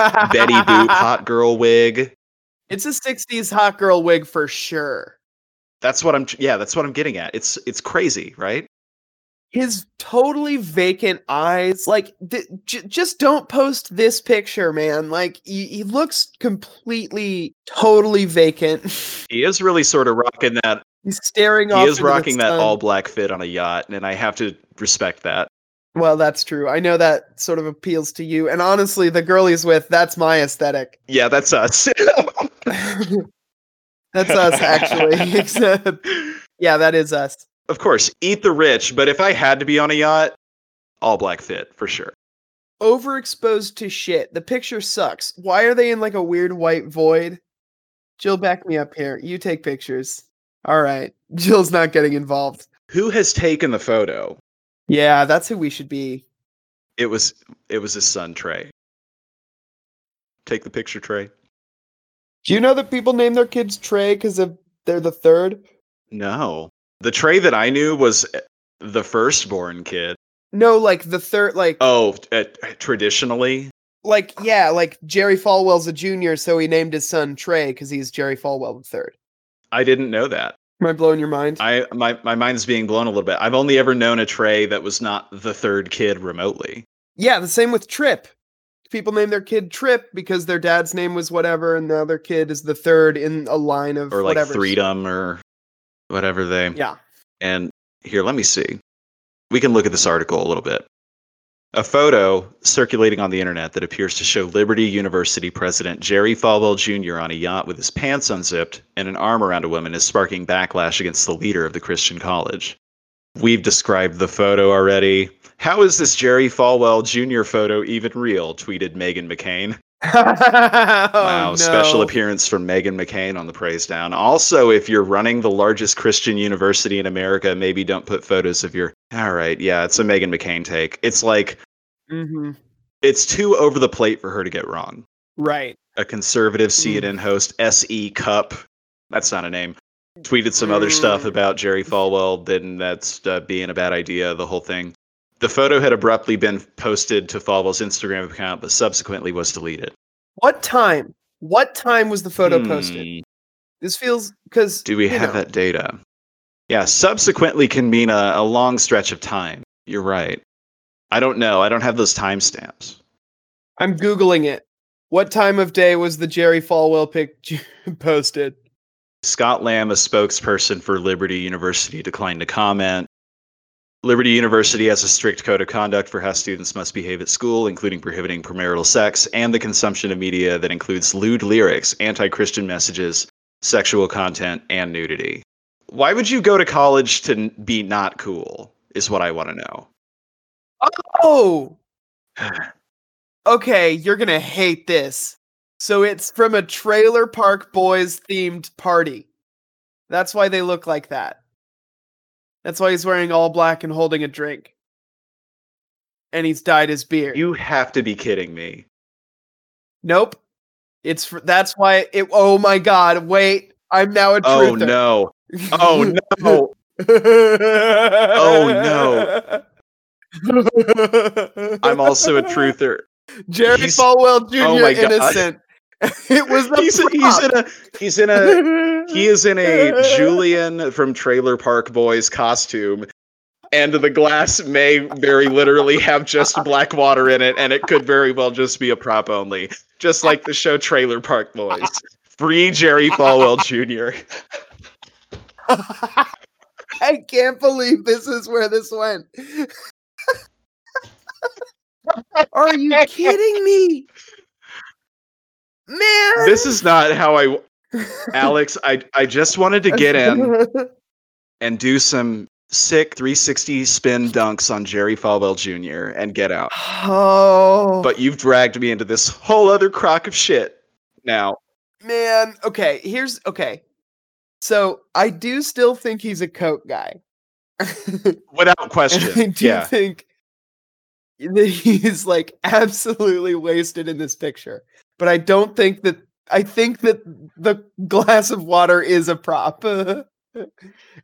S2: Betty Boop hot girl wig.
S1: It's a '60s hot girl wig for sure.
S2: That's what I'm. tr- Yeah, that's what I'm getting at. It's it's crazy, right?
S1: His totally vacant eyes, like th- j- just don't post this picture, man. Like he, he looks completely, totally vacant.
S2: He is really sort of rocking that.
S1: He's staring
S2: He
S1: off.
S2: is
S1: into the
S2: rocking that
S1: sun.
S2: all black fit on a yacht, and I have to respect that.
S1: Well, that's true. I know that sort of appeals to you, and honestly, the girl he's with—that's my aesthetic.
S2: Yeah, that's us.
S1: That's us, actually. Except- yeah, that is us.
S2: of course, eat the rich, but if I had to be on a yacht, all black fit for sure.
S1: Overexposed to shit. The picture sucks. Why are they in like a weird white void? Jill, back me up here. You take pictures. All right. Jill's not getting involved.
S2: Who has taken the photo?
S1: Yeah, that's who we should be.
S2: It was it was his son Trey. Take the picture, Trey.
S1: Do you know that people name their kids Trey because of they're the third?
S2: No. The Trey that I knew was uh, the firstborn kid.
S1: No, like the third, like
S2: Oh, uh, traditionally,
S1: like yeah, like Jerry Falwell's a junior, so he named his son Trey because he's Jerry Falwell the third.
S2: I didn't know that.
S1: Am I blowing your mind?
S2: I my my mind's being blown a little bit. I've only ever known a Trey that was not the third kid remotely.
S1: Yeah, the same with Trip. People name their kid Trip because their dad's name was whatever, and the other kid is the third in a line of
S2: or like
S1: whatever.
S2: freedom or whatever they
S1: Yeah.
S2: and here let me see we can look at this article a little bit a photo circulating on the internet that appears to show liberty university president jerry falwell jr on a yacht with his pants unzipped and an arm around a woman is sparking backlash against the leader of the christian college We've described the photo already. How is this Jerry Falwell Jr. photo even real? tweeted Megan McCain. wow,
S1: wow,
S2: special appearance from Megan McCain on the Praise Down. Also, if you're running the largest Christian university in America, maybe don't put photos of your. All right, yeah, it's a Megan McCain take. It's like,
S1: hmm
S2: it's too over the plate for her to get wrong.
S1: Right.
S2: a
S1: Hmm.
S2: conservative CNN host, S.E. Cup, that's not a name, tweeted some other stuff
S1: Hmm.
S2: about Jerry Falwell, then that's uh, being a bad idea, the whole thing. The photo had abruptly been posted to Falwell's Instagram account, but subsequently was deleted.
S1: What time? What time was the photo posted?
S2: Hmm,
S1: This feels because
S2: Do we have that data? Yeah, subsequently can mean a, a long stretch of time. You're right. I don't know. I don't have those timestamps.
S1: I'm googling it. What time of day was the Jerry Falwell pic j- posted?
S2: Scott Lamb, a spokesperson for Liberty University, declined to comment. Liberty University has a strict code of conduct for how students must behave at school, including prohibiting premarital sex and the consumption of media that includes lewd lyrics, anti Christian messages, sexual content, and nudity. Why would you go to college to n- be not cool? Is what I want to know.
S1: Oh. Okay, you're gonna hate this. So it's from a Trailer Park Boys themed party. That's why they look like that. That's why he's wearing all black and holding a drink. And he's dyed his beard.
S2: You have to be kidding me.
S1: Nope. It's fr- that's why it. Oh my God! Wait, I'm now a
S2: Oh,
S1: truther.
S2: no. Oh, no.
S1: oh no!
S2: I'm also a truther.
S1: Jerry
S2: He's-
S1: Falwell Jr.
S2: Oh my God.
S1: innocent. it was the
S2: he's, he's in a he's in a uh, he is in a Julian from Trailer Park Boys costume, and the glass may very literally have just black water in it, and it could very well just be a prop only, just like the show Trailer Park Boys. Free Jerry Falwell Jr.
S1: I can't believe this is where this went. Are you kidding me, man?
S2: This is not how I, Alex. I I just wanted to get in and do some sick 360 spin dunks on Jerry Falwell Jr. and get out.
S1: Oh,
S2: But you've dragged me into this whole other crock of shit now.
S1: man. Okay, here's okay. So I do still think he's a coke guy.
S2: Without
S1: I
S2: question.
S1: do
S2: yeah.
S1: think that he's like absolutely wasted in this picture. But I don't think that I think that the glass of water is a prop. and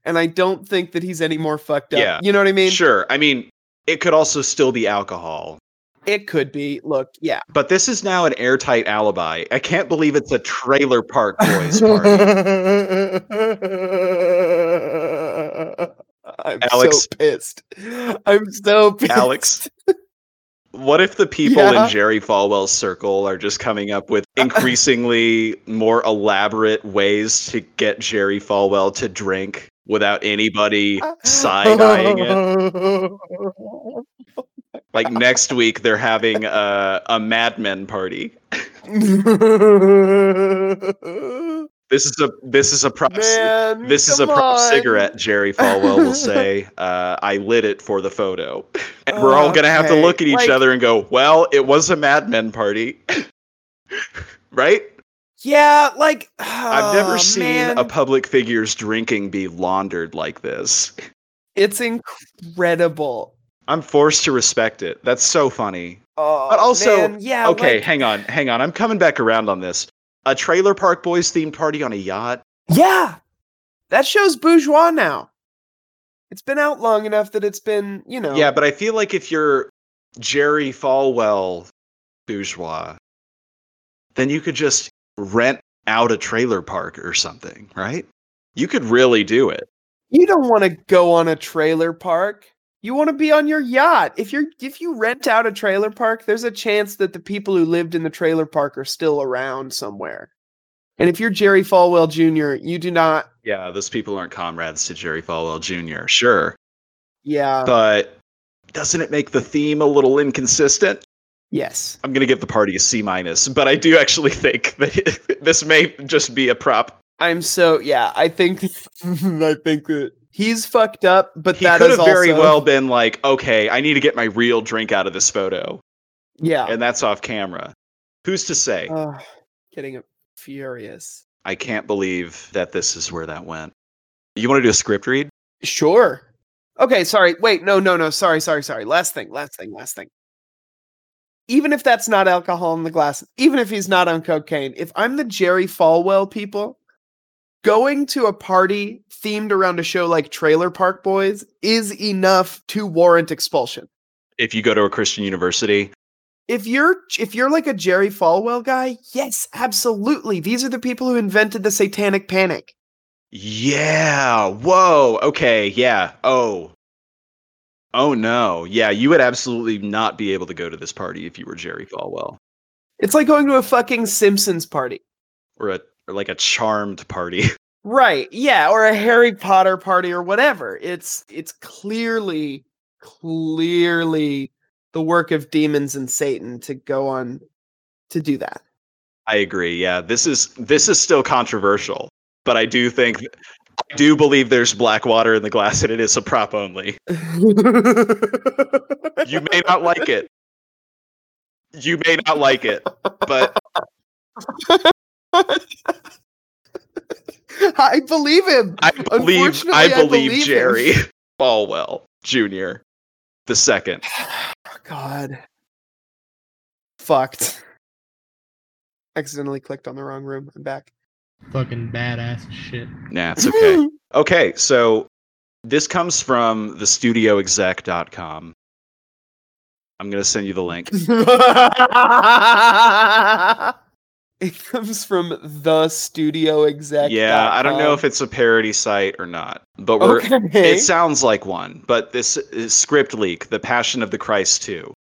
S1: I don't think that he's any more fucked up.
S2: Yeah,
S1: You know what I mean?
S2: sure. I mean, it could also still be alcohol.
S1: It could be. Look, yeah.
S2: But this is now an airtight alibi. I can't believe it's a trailer park boys party.
S1: I'm
S2: Alex-
S1: so pissed. I'm so pissed.
S2: Alex. What if the people
S1: Yeah.
S2: in Jerry Falwell's circle are just coming up with increasingly more elaborate ways to get Jerry Falwell to drink without anybody side eyeing it? Like next week, they're having a, a Mad Men party.
S1: Man,
S2: This is a this is a prop. This is a prop
S1: come
S2: cigarette, Jerry Falwell will say. Uh, I lit it for the photo. And we're all going to have to
S1: Oh, Okay,
S2: look at each
S1: like-
S2: other and go, well, it was a Mad Men party. right?
S1: Yeah, like
S2: I've never
S1: ah,
S2: seen
S1: man.
S2: a public figure's drinking be laundered like this.
S1: It's incredible.
S2: I'm forced to respect it. That's so funny.
S1: Oh,
S2: But also-
S1: man, yeah.
S2: okay,
S1: like-
S2: hang on, hang on. I'm coming back around on this. A Trailer Park Boys themed party on a yacht.
S1: yeah, that show's bourgeois now. It's been out long enough that it's been, you know.
S2: Yeah, but I feel like if you're Jerry Falwell bourgeois, then you could just rent out a trailer park or something, right? You could really do it.
S1: You don't want to go on a trailer park. You want to be on your yacht. If you're if you rent out a trailer park, there's a chance that the people who lived in the trailer park are still around somewhere. And if you're Jerry Falwell Jr., you do not
S2: Yeah, those people aren't comrades to Jerry Falwell Jr., sure.
S1: yeah.
S2: But doesn't it make the theme a little inconsistent?
S1: Yes.
S2: I'm going to give the party a C minus, but I do actually think that this may just be a prop.
S1: I'm so yeah, I think I think that He's fucked up, but
S2: he
S1: that
S2: could
S1: is
S2: have very
S1: also-
S2: well been like, okay, I need to get my real drink out of this photo,
S1: Yeah. Uh,
S2: and that's off camera. Who's to say?
S1: Ugh, getting furious.
S2: I can't believe that this is where that went. You want to do a script read?
S1: Sure. Okay, sorry. Wait, no, no, no. Sorry, sorry, sorry. Last thing, last thing, last thing. Even if that's not alcohol in the glass, even if he's not on cocaine, if I'm the Jerry Falwell people, going to a party themed around a show like Trailer Park Boys is enough to warrant expulsion.
S2: If you go to a Christian university,
S1: If you're if you're like a Jerry Falwell guy, yes, absolutely. These are the people who invented the satanic panic.
S2: yeah, whoa, okay, yeah, oh, oh no, yeah, you would absolutely not be able to go to this party if you were Jerry Falwell
S1: It's like going to a fucking Simpsons party.
S2: or a or like a charmed party.
S1: Right. Yeah, or a Harry Potter party or whatever. It's it's clearly clearly the work of demons and Satan to go on to do that.
S2: I agree. Yeah, this is this is still controversial, but I do think I do believe there's black water in the glass and it is a prop only. You may not like it. You may not like it, but
S1: I believe him.
S2: I believe
S1: Unfortunately,
S2: I
S1: I
S2: believe,
S1: believe him.
S2: Jerry Falwell Jr. the second. Oh,
S1: God. Fucked. Accidentally clicked on the wrong room. I'm back.
S4: Fucking badass shit.
S2: Nah, it's okay. Okay, so this comes from thestudioexec.com. I'm gonna send you the link.
S1: it comes from the studio exec.
S2: Yeah, I don't know if it's a parody site or not, but we're
S1: okay.
S2: It sounds like one, but this is script leak, The Passion of the Christ 2.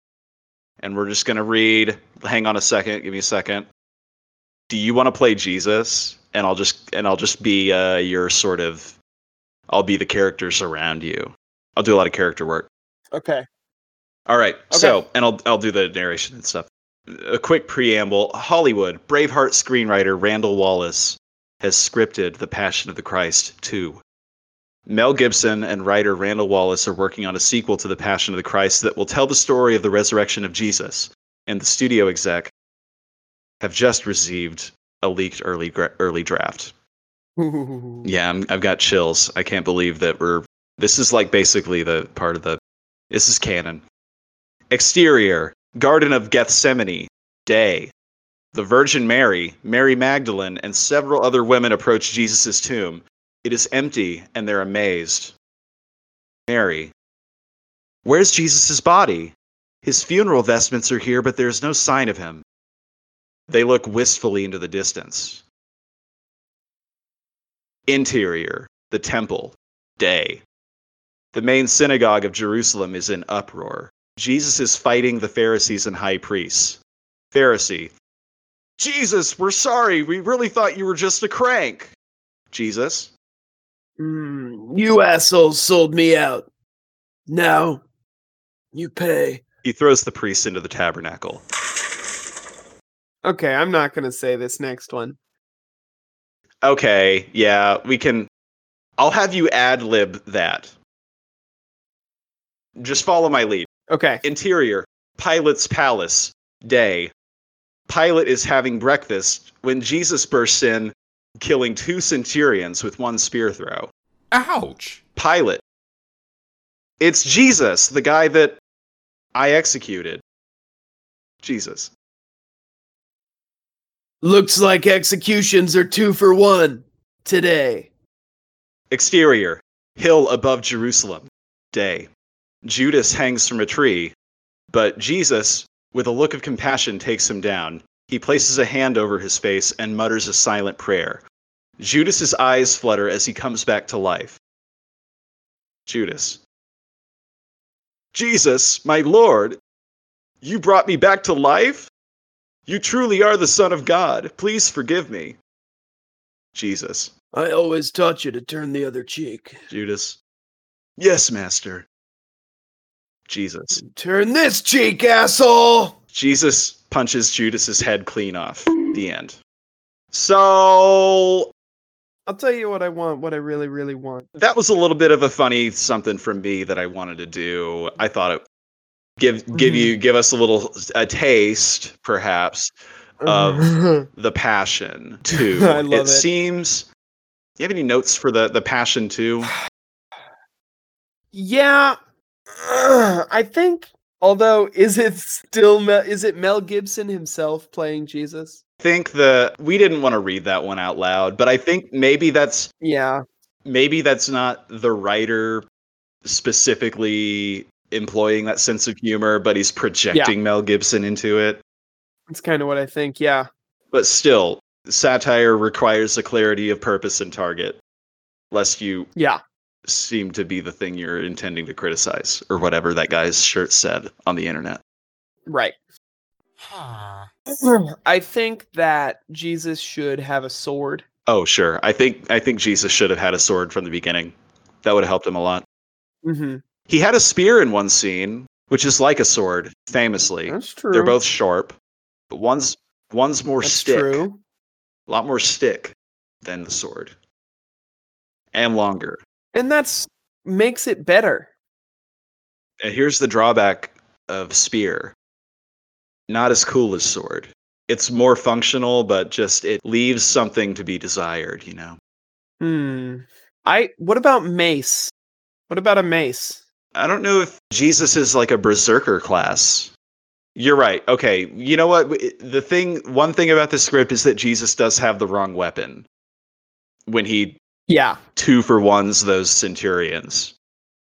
S2: And we're just going to read. Hang on a second. Give me a second. Do you want to play Jesus? And I'll just and I'll just be uh, your sort of I'll be the characters around you. I'll do a lot of character work.
S1: okay.
S2: All right. So, and I'll I'll do the narration and stuff. A quick preamble. Hollywood Braveheart screenwriter Randall Wallace has scripted The Passion of the Christ 2. Mel Gibson and writer Randall Wallace are working on a sequel to The Passion of the Christ that will tell the story of the resurrection of Jesus, and the studio exec have just received a leaked early gra- early draft.
S1: Mm,
S2: Yeah, I'm, I've got chills. I can't believe that we're. This is like basically the part of the. This is canon. Exterior Garden of Gethsemane, day. The Virgin Mary, Mary Magdalene, and several other women approach Jesus' tomb. It is empty, and they're amazed. Mary, where's Jesus' body? His funeral vestments are here, but there's no sign of him. They look wistfully into the distance. Interior, the temple, day. The main synagogue of Jerusalem is in uproar. Jesus is fighting the Pharisees and high priests. Pharisee, Jesus, we're sorry. We really thought you were just a crank. Jesus,
S1: Mm, you assholes sold me out. Now you pay.
S2: he throws the priest into the tabernacle.
S1: Okay, I'm not going to say this next one.
S2: Okay, yeah, we can. I'll have you ad lib that. Just follow my lead.
S1: Okay.
S2: Interior Pilate's Palace, day. Pilate is having breakfast when Jesus bursts in, killing two centurions with one spear throw.
S8: Ouch!
S2: Pilate. It's Jesus, the guy that I executed. Jesus.
S1: Looks like executions are two for one today.
S2: Exterior Hill above Jerusalem, day. Judas hangs from a tree, but Jesus, with a look of compassion, takes him down. He places a hand over his face and mutters a silent prayer. Judas's eyes flutter as he comes back to life. Judas. Jesus, my Lord, you brought me back to life? You truly are the Son of God. Please forgive me. Jesus.
S1: I always taught you to turn the other cheek.
S2: Judas. Yes, master. Jesus.
S1: Hmm. Turn this cheek, asshole!
S2: Jesus punches Judas's head clean off. The end. So
S1: I'll tell you what I want, what I really, really want.
S2: that was a little bit of a funny something from me that I wanted to do. I thought it give give
S1: Mhm.
S2: you give us a little a taste, perhaps, Of- the passion too.
S1: I love it.
S2: seems. You have any notes for the the passion too?
S1: yeah, I think. Although, is it still Mel, is it Mel Gibson himself playing Jesus?
S2: I think the we didn't want to read that one out loud, but I think maybe that's
S1: Yeah,
S2: maybe that's not the writer specifically employing that sense of humor, but he's projecting Mel Gibson into it.
S1: that's kind of what I think. Yeah,
S2: But still, satire requires a clarity of purpose and target, lest you
S1: yeah,
S2: seem to be the thing you're intending to criticize, or whatever that guy's shirt said on the internet.
S1: right. I think that Jesus should have a sword.
S2: Oh, sure. I think I think Jesus should have had a sword from the beginning. That would have helped him a lot.
S1: Mm-hmm.
S2: He had a spear in one scene, which is like a sword, famously.
S1: That's true.
S2: They're both sharp, but one's one's more
S1: that's
S2: stick,
S1: true.
S2: a lot more stick than the sword, and longer.
S1: and that's makes it better.
S2: And here's the drawback of spear. Not as cool as sword. It's more functional, but just it leaves something to be desired, you know.
S1: Hmm. I. What about mace? What about a mace?
S2: I don't know if Jesus is like a berserker class. You're right. Okay. You know what? W- The thing, one thing about this script is that Jesus does have the wrong weapon when he
S1: Yeah.
S2: two for ones those centurions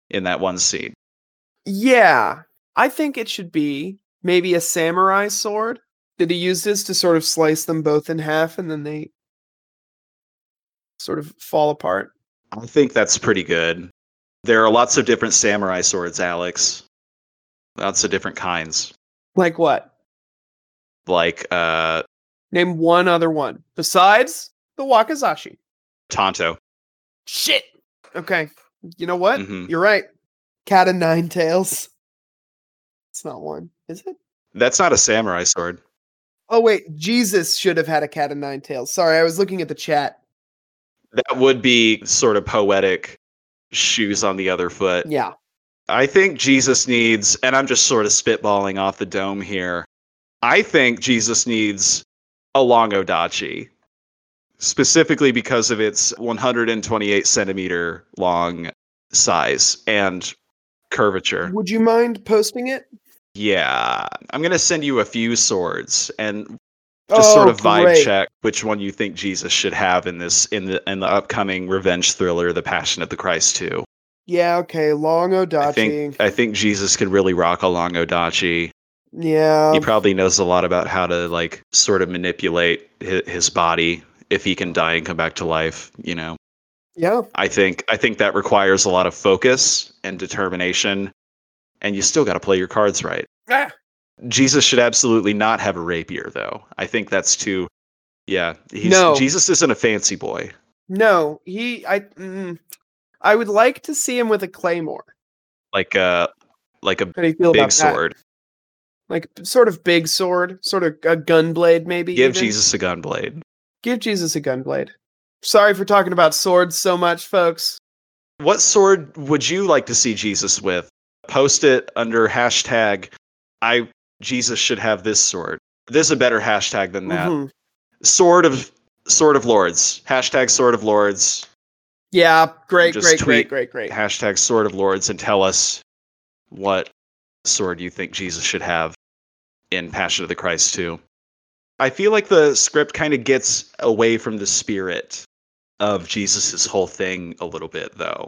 S2: in that one scene.
S1: Yeah. I think it should be maybe a samurai sword. Did he use this to sort of slice them both in half and then they sort of fall apart?
S2: I think that's pretty good. There are lots of different samurai swords, Alex. Lots of different kinds.
S1: Like what?
S2: Like uh
S1: Name one other one besides the wakizashi.
S2: Tonto.
S1: Shit. Okay. You know what?
S2: Mhm.
S1: You're right. Cat and nine tails. It's not one, is it?
S2: That's not a samurai sword.
S1: Oh wait, Jesus should have had a cat and nine tails. Sorry, I was looking at the chat.
S2: That would be sort of poetic shoes on the other foot.
S1: Yeah.
S2: I think Jesus needs, and I'm just sort of spitballing off the dome here. I think Jesus needs a long odachi, specifically because of its 128 centimeter long size and curvature.
S1: Would you mind posting it?
S2: Yeah, I'm gonna send you a few swords and just sort
S1: Oh,
S2: of vibe
S1: great.
S2: check which one you think Jesus should have in this in the in the upcoming revenge thriller, The Passion of the Christ 2.
S1: Yeah, okay. Long Odachi.
S2: I think I think Jesus could really rock a long odachi.
S1: yeah.
S2: he probably knows a lot about how to like sort of manipulate his, his body if he can die and come back to life you know
S1: yeah.
S2: i think i think that requires a lot of focus and determination and you still got to play your cards right
S1: Ah.
S2: jesus should absolutely not have a rapier though i think that's too yeah he's,
S1: No.
S2: jesus isn't a fancy boy
S1: No, he I mm, I would like to see him with a claymore.
S2: like uh like a
S1: How do you feel
S2: big
S1: about that?
S2: sword
S1: Like sort of big sword, sort of a gun blade maybe.
S2: give
S1: even.
S2: jesus a gun blade
S1: Give Jesus a gun blade. Sorry for talking about swords so much, folks.
S2: what sword would you like to see Jesus with? Post it under hashtag I Jesus should have this sword. There's a better hashtag than that.
S1: Mhm.
S2: Sword of Sword of Lords. Hashtag Sword of Lords.
S1: Yeah, great,
S2: Just
S1: great,
S2: tweet-
S1: great, great, great.
S2: Hashtag Sword of Lords and tell us what sword you think Jesus should have in Passion of the Christ 2. I feel like the script kind of gets away from the spirit of Jesus's whole thing a little bit though.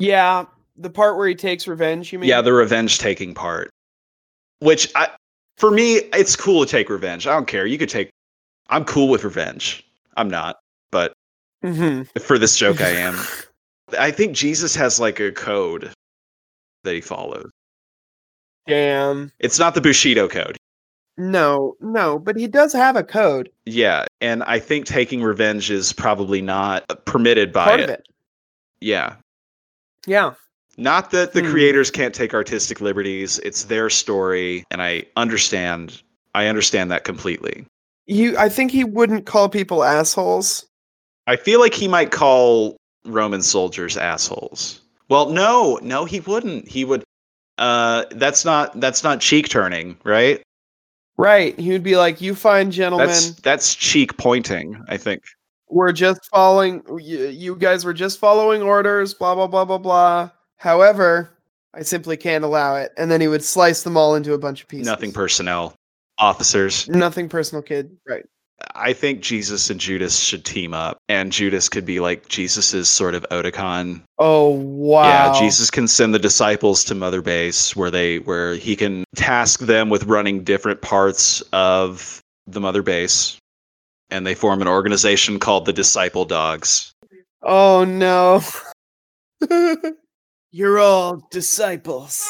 S1: Yeah, the part where he takes revenge, you mean?
S2: yeah, the revenge taking part. Which I for me, it's cool to take revenge. I don't care. You could take I'm cool with revenge. I'm not, but
S1: Mhm.
S2: for this joke I am. I think Jesus has like a code that he follows.
S1: Damn.
S2: It's not the Bushido code.
S1: No, no, but he does have a code.
S2: Yeah, and I think taking revenge is probably not permitted by
S1: part
S2: it.
S1: of it.
S2: Yeah.
S1: Yeah.
S2: Not that the
S1: Hmm.
S2: creators can't take artistic liberties. It's their story and I understand I understand that completely.
S1: You I think he wouldn't call people assholes.
S2: I feel like he might call Roman soldiers assholes. Well, no, no, he wouldn't. He would. Uh, that's not that's not cheek turning, right?
S1: Right. He would be like, "You fine gentlemen,
S2: That's that's cheek pointing. I think.
S1: we're just following. You, you guys were just following orders. Blah blah blah blah blah. However, I simply can't allow it." And then he would slice them all into a bunch of pieces.
S2: Nothing personnel. Officers.
S1: Nothing personal, kid. Right.
S2: I think Jesus and Judas should team up, and Judas could be like Jesus's sort of Oticon.
S1: Oh wow.
S2: Yeah, Jesus can send the disciples to Mother Base, where they where he can task them with running different parts of the Mother Base, and they form an organization called the Disciple Dogs.
S1: Oh no. You're all disciples.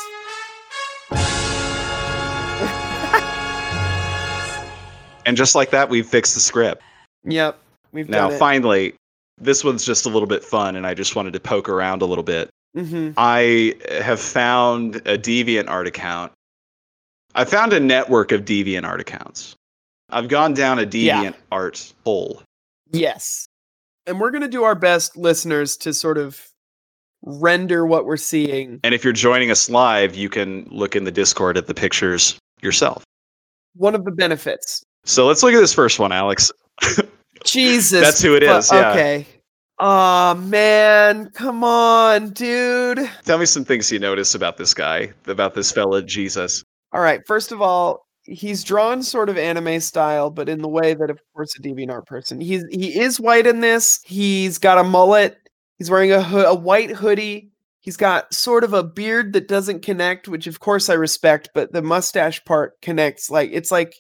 S2: And just like that, we fixed the script.
S1: Yep. We've
S2: Now,
S1: done it.
S2: finally, this one's just a little bit fun, and I just wanted to poke around a little bit.
S1: Mm-hmm.
S2: I have found a DeviantArt account. I found a network of DeviantArt accounts. I've gone down a
S1: Yeah.
S2: DeviantArt art hole.
S1: Yes. And we're going to do our best, listeners, to sort of render what we're seeing.
S2: And if you're joining us live, you can look in the Discord at the pictures yourself.
S1: One of the benefits.
S2: So let's look at this first one, Alex.
S1: Jesus.
S2: That's who it
S1: fu-
S2: is, yeah.
S1: Okay. Aw, man. Come on, dude.
S2: Tell me some things you notice about this guy, about this fella Jesus.
S1: All right. First of all, he's drawn sort of anime style, but in the way that, of course, a DeviantArt person. He's he is white in this. He's got a mullet. He's wearing a hoo- a white hoodie. He's got sort of a beard that doesn't connect, which of course I respect, but the mustache part connects. Like it's like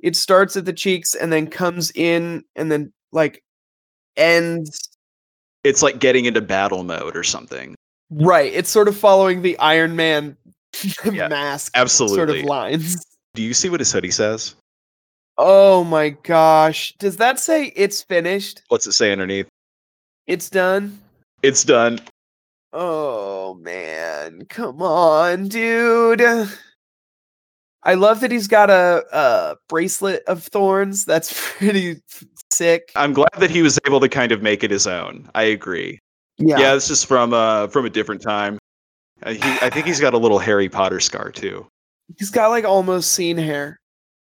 S1: it starts at the cheeks and then comes in and then like ends
S2: It's like getting into battle mode or something.
S1: right. It's sort of following the Iron Man
S2: Yeah,
S1: mask
S2: Absolutely.
S1: sort of lines.
S2: Do you see what his hoodie says?
S1: Oh my gosh. Does that say it's finished?
S2: What's it say underneath?
S1: It's done?
S2: It's done.
S1: Oh man. Come on, dude. I love that he's got a, a bracelet of thorns. That's pretty f- sick.
S2: I'm glad that he was able to kind of make it his own. I agree.
S1: Yeah.
S2: Yeah, this is from uh from a different time. Uh, he, I think he's got a little Harry Potter scar too,
S1: He's got like almost seen hair.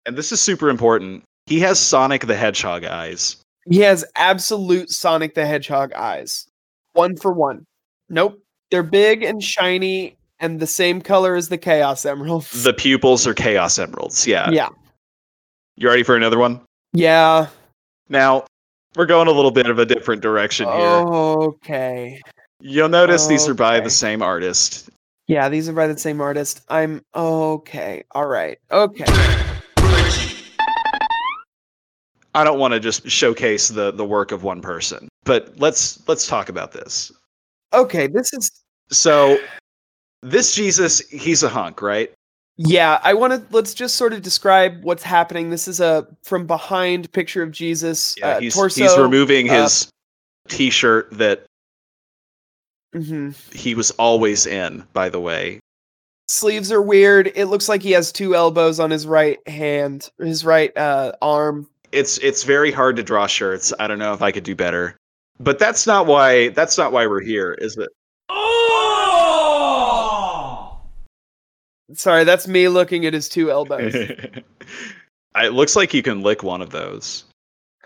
S2: and this is super important. He has Sonic the Hedgehog eyes.
S1: He has absolute Sonic the Hedgehog eyes. One for one. Nope. They're big and shiny and the same color as the Chaos Emeralds.
S2: The pupils are Chaos Emeralds. Yeah.
S1: yeah.
S2: You ready for another one?
S1: Yeah.
S2: Now we're going a little bit of a different direction here.
S1: Okay.
S2: You'll notice these are by
S1: Oh, okay.
S2: the same artist.
S1: Yeah, these are by the same artist. I'm okay. All right. Okay.
S2: I don't want to just showcase the the work of one person, but let's let's talk about this.
S1: Okay. This is
S2: So this Jesus, he's a hunk, right?
S1: yeah, I want to let's just sort of describe what's happening. This is a from behind picture of Jesus
S2: Yeah,
S1: uh,
S2: he's,
S1: torso.
S2: he's removing
S1: uh,
S2: his t-shirt that
S1: Mhm.
S2: he was always in. By the way,
S1: Sleeves are weird. It looks like he has two elbows on his right hand, his right uh, arm.
S2: it's it's very hard to draw shirts. I don't know if I could do better, but that's not why that's not why we're here, is it?
S1: Sorry, that's me looking at his two elbows.
S2: it looks like you can lick one of those.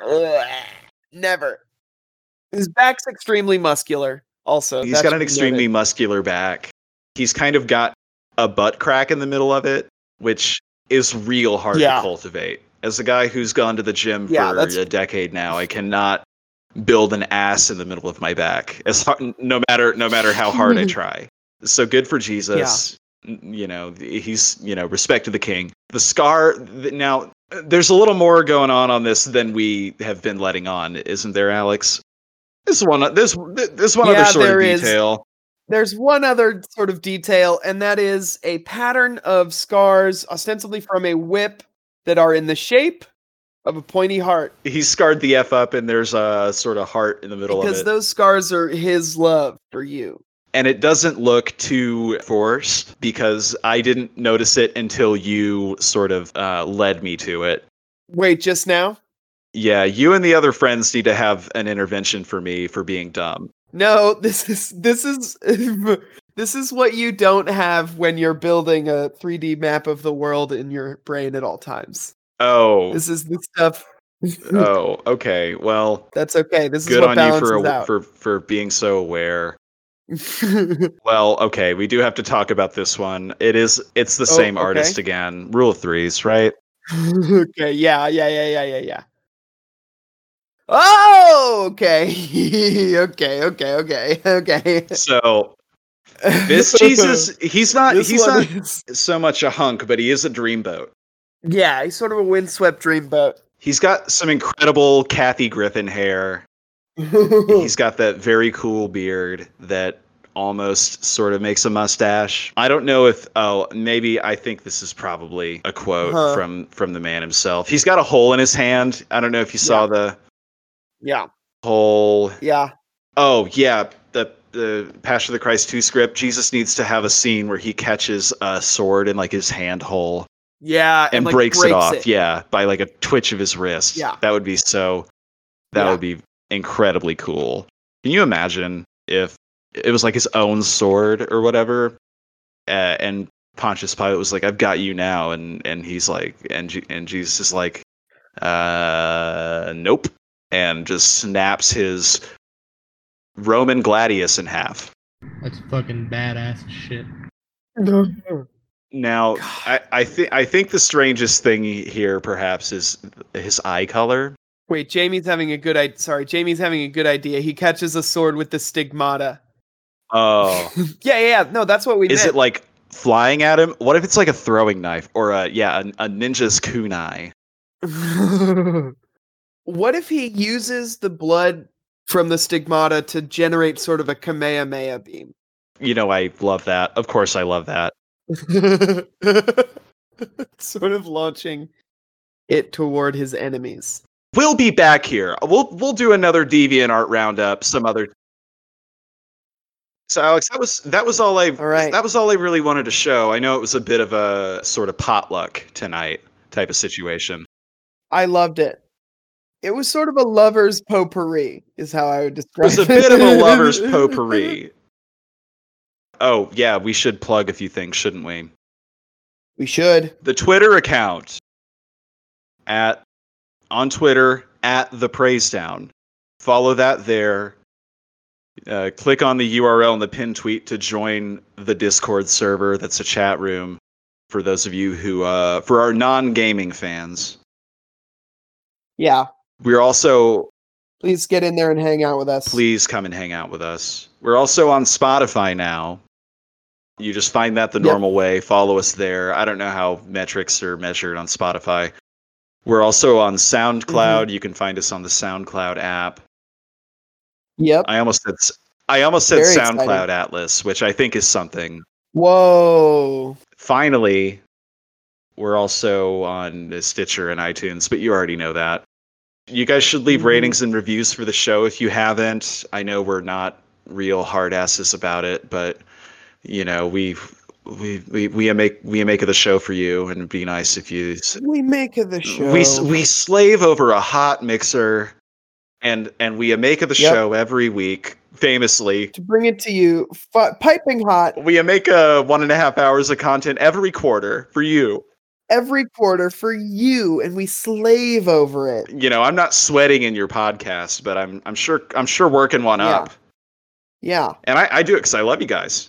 S1: Ugh, Never. His back's extremely muscular. Also,
S2: He's
S1: That
S2: got
S1: should
S2: an
S1: be
S2: extremely
S1: noted.
S2: muscular back. He's kind of got a butt crack in the middle of it, which is real hard
S1: Yeah.
S2: to cultivate. As a guy who's gone to the gym
S1: Yeah,
S2: for
S1: that's-
S2: a decade now, I cannot build an ass in the middle of my back. As hard, no matter no matter how hard I try. So good for Jesus. N- You know, th- he's you know respect to the king. The scar th- now. There's a little more going on on this than we have been letting on, isn't there, Alex? This one, this this one
S1: Yeah,
S2: other sort
S1: there
S2: of
S1: is.
S2: detail.
S1: There's one other sort of detail, and that is a pattern of scars, ostensibly from a whip, that are in the shape of a pointy heart,
S2: he's scarred the f up and there's a sort of heart in the middle
S1: because
S2: of it
S1: those scars are his love for you.
S2: and it doesn't look too forced because i didn't notice it until you sort of uh, led me to it
S1: Wait, just now?
S2: yeah, you and the other friends need to have an intervention for me for being dumb.
S1: No, this is this is this is what you don't have when you're building a 3D map of the world in your brain at all times.
S2: Oh,
S1: This is the stuff
S2: oh, okay. Well,
S1: that's okay. This is
S2: good
S1: what
S2: on you
S1: balances
S2: for a,
S1: out.
S2: for for being so aware. Well, okay, we do have to talk about this one. It is it's the same
S1: Oh, okay.
S2: artist again. Rule of threes, right?
S1: okay, yeah, yeah, yeah, yeah, yeah, yeah. Oh, okay, okay, okay, okay, okay.
S2: So this Jesus, he's not
S1: This
S2: he's
S1: one
S2: not
S1: is-
S2: so much a hunk, but he is a dreamboat.
S1: yeah, he's sort of a windswept dreamboat.
S2: He's got some incredible Kathy Griffin hair.
S1: Hmm.
S2: He's got that very cool beard that almost sort of makes a mustache. I don't know if oh maybe I think this is probably a quote
S1: Huh.
S2: from from the man himself. He's got a hole in his hand. I don't know if you saw the
S1: yeah,
S2: hole.
S1: yeah.
S2: Oh yeah, the the Passion of the Christ 2 script, Jesus needs to have a scene where he catches a sword in like his hand hole
S1: Yeah,
S2: and,
S1: like,
S2: breaks, it off. Yeah, by like a twitch of his wrist.
S1: Yeah.
S2: That would be so that
S1: Yeah.
S2: would be incredibly cool. Can you imagine if it was like his own sword or whatever uh, and Pontius Pilate was like I've got you now and and he's like and Je- and Jesus is like uh nope and just snaps his Roman gladius in half.
S4: That's fucking badass shit.
S2: Now,
S1: God.
S2: I, I think I think the strangest thing here, perhaps, is his eye color.
S1: Wait, Jamie's having a good idea. Sorry, Jamie's having a good idea. He catches a sword with the stigmata.
S2: Oh,
S1: Yeah, yeah, yeah. No, that's what we
S2: is
S1: meant.
S2: it like flying at him? What if it's like a throwing knife or a yeah, a, a ninja's kunai?
S1: what if he uses the blood from the stigmata to generate sort of a Kamehameha beam?
S2: You know, I love that. Of course, I love that.
S1: sort of launching it toward his enemies.
S2: We'll be back here. We'll we'll do another deviant art roundup some other. So Alex, that was that was all I
S1: All right.
S2: that was all I really wanted to show. I know it was a bit of a sort of potluck tonight type of situation.
S1: I loved it. It was sort of a lover's potpourri, is how I would describe
S2: It's a bit of a lover's potpourri. Oh, yeah, we should plug a few things, shouldn't we?
S1: We should.
S2: The Twitter account at on Twitter at the praise down. Follow that there. Uh, click on the URL in the pin tweet to join the Discord server. That's a chat room for those of you who, uh, for our non gaming fans.
S1: Yeah.
S2: We're also
S1: Please get in there and hang out with us.
S2: please come and hang out with us. We're also on Spotify now. You just find that the
S1: Yep.
S2: normal way. Follow us there. I don't know how metrics are measured on Spotify. We're also on SoundCloud.
S1: Mm-hmm.
S2: You can find us on the SoundCloud app.
S1: Yep.
S2: I almost said s- I almost said
S1: Very
S2: SoundCloud
S1: exciting.
S2: Atlas, which I think is something.
S1: Whoa.
S2: Finally, we're also on uh, Stitcher and iTunes, but you already know that. You guys should leave
S1: Mhm.
S2: ratings and reviews for the show if you haven't. I know we're not real hard asses about it, but you know we we we we make we make of the show for you, and it'd be nice if you. s-
S1: We make of the show.
S2: We s- we slave over a hot mixer, and and we make of the
S1: Yep.
S2: show every week. Famously,
S1: to bring it to you, fi- piping hot
S2: we make uh, one and a half hours of content every quarter for you.
S1: every quarter for you, and we slave over it.
S2: you know, I'm not sweating in your podcast, but I'm I'm sure I'm sure working one
S1: Yeah.
S2: up,
S1: Yeah.
S2: and I, I do it because I love you guys.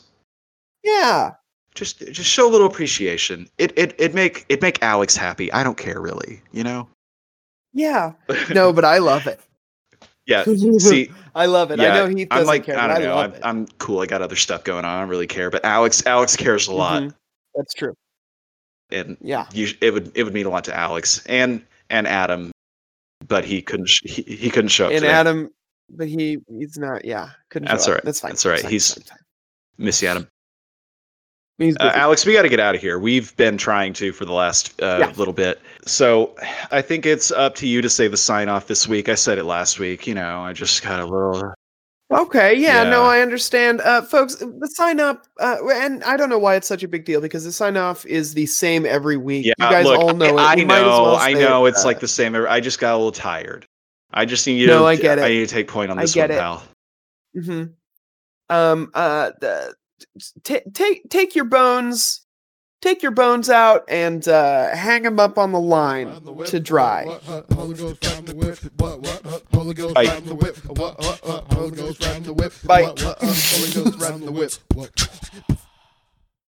S1: Yeah.
S2: Just just show a little appreciation. It it it make it make Alex happy. I don't care really, you know.
S1: Yeah. No, but I love it.
S2: yeah. See,
S1: I love it.
S2: yeah,
S1: I know he doesn't
S2: I'm like
S1: care, but
S2: I don't
S1: I,
S2: know.
S1: love
S2: I'm,
S1: it.
S2: I'm cool. I got other stuff going on. I don't really care. But Alex Alex cares a lot,
S1: Mhm. That's true.
S2: and
S1: Yeah.
S2: you, sh- it would it would mean a lot to Alex and and Adam, but he couldn't sh- he, he couldn't show up.
S1: And
S2: today.
S1: Adam, but he he's not. Yeah. Couldn't.
S2: Oh, That's
S1: show up.
S2: all right.
S1: That's fine.
S2: That's all
S1: It's
S2: right.
S1: fine.
S2: He's-
S1: It's fine.
S2: miss you, Adam.
S1: He's
S2: Uh,
S1: busy.
S2: Alex, we got to get out of here. We've been trying to for the last uh,
S1: Yeah.
S2: little bit. So I think it's up to you to say the sign off this week. I said it last week. You know, I just got a little.
S1: Okay, yeah, no,
S2: Yeah.
S1: I understand. Uh, folks, the sign up, uh, and I don't know why it's such a big deal because the sign off is the same every week.
S2: Yeah,
S1: you guys
S2: look,
S1: all know it.
S2: I, I
S1: We might as
S2: know,
S1: well
S2: I
S1: say
S2: know.
S1: it,
S2: It's
S1: uh,
S2: like the same. I just got a little tired. I just need you.
S1: No,
S2: to,
S1: I get it.
S2: I need to take point on
S1: I
S2: this
S1: get
S2: one,
S1: it.
S2: pal.
S1: Mm-hmm. Um. Uh. The, t- take take your bones, take your bones out and uh, hang them up on the line to dry.
S2: Bye.
S1: Bye.
S8: Bye.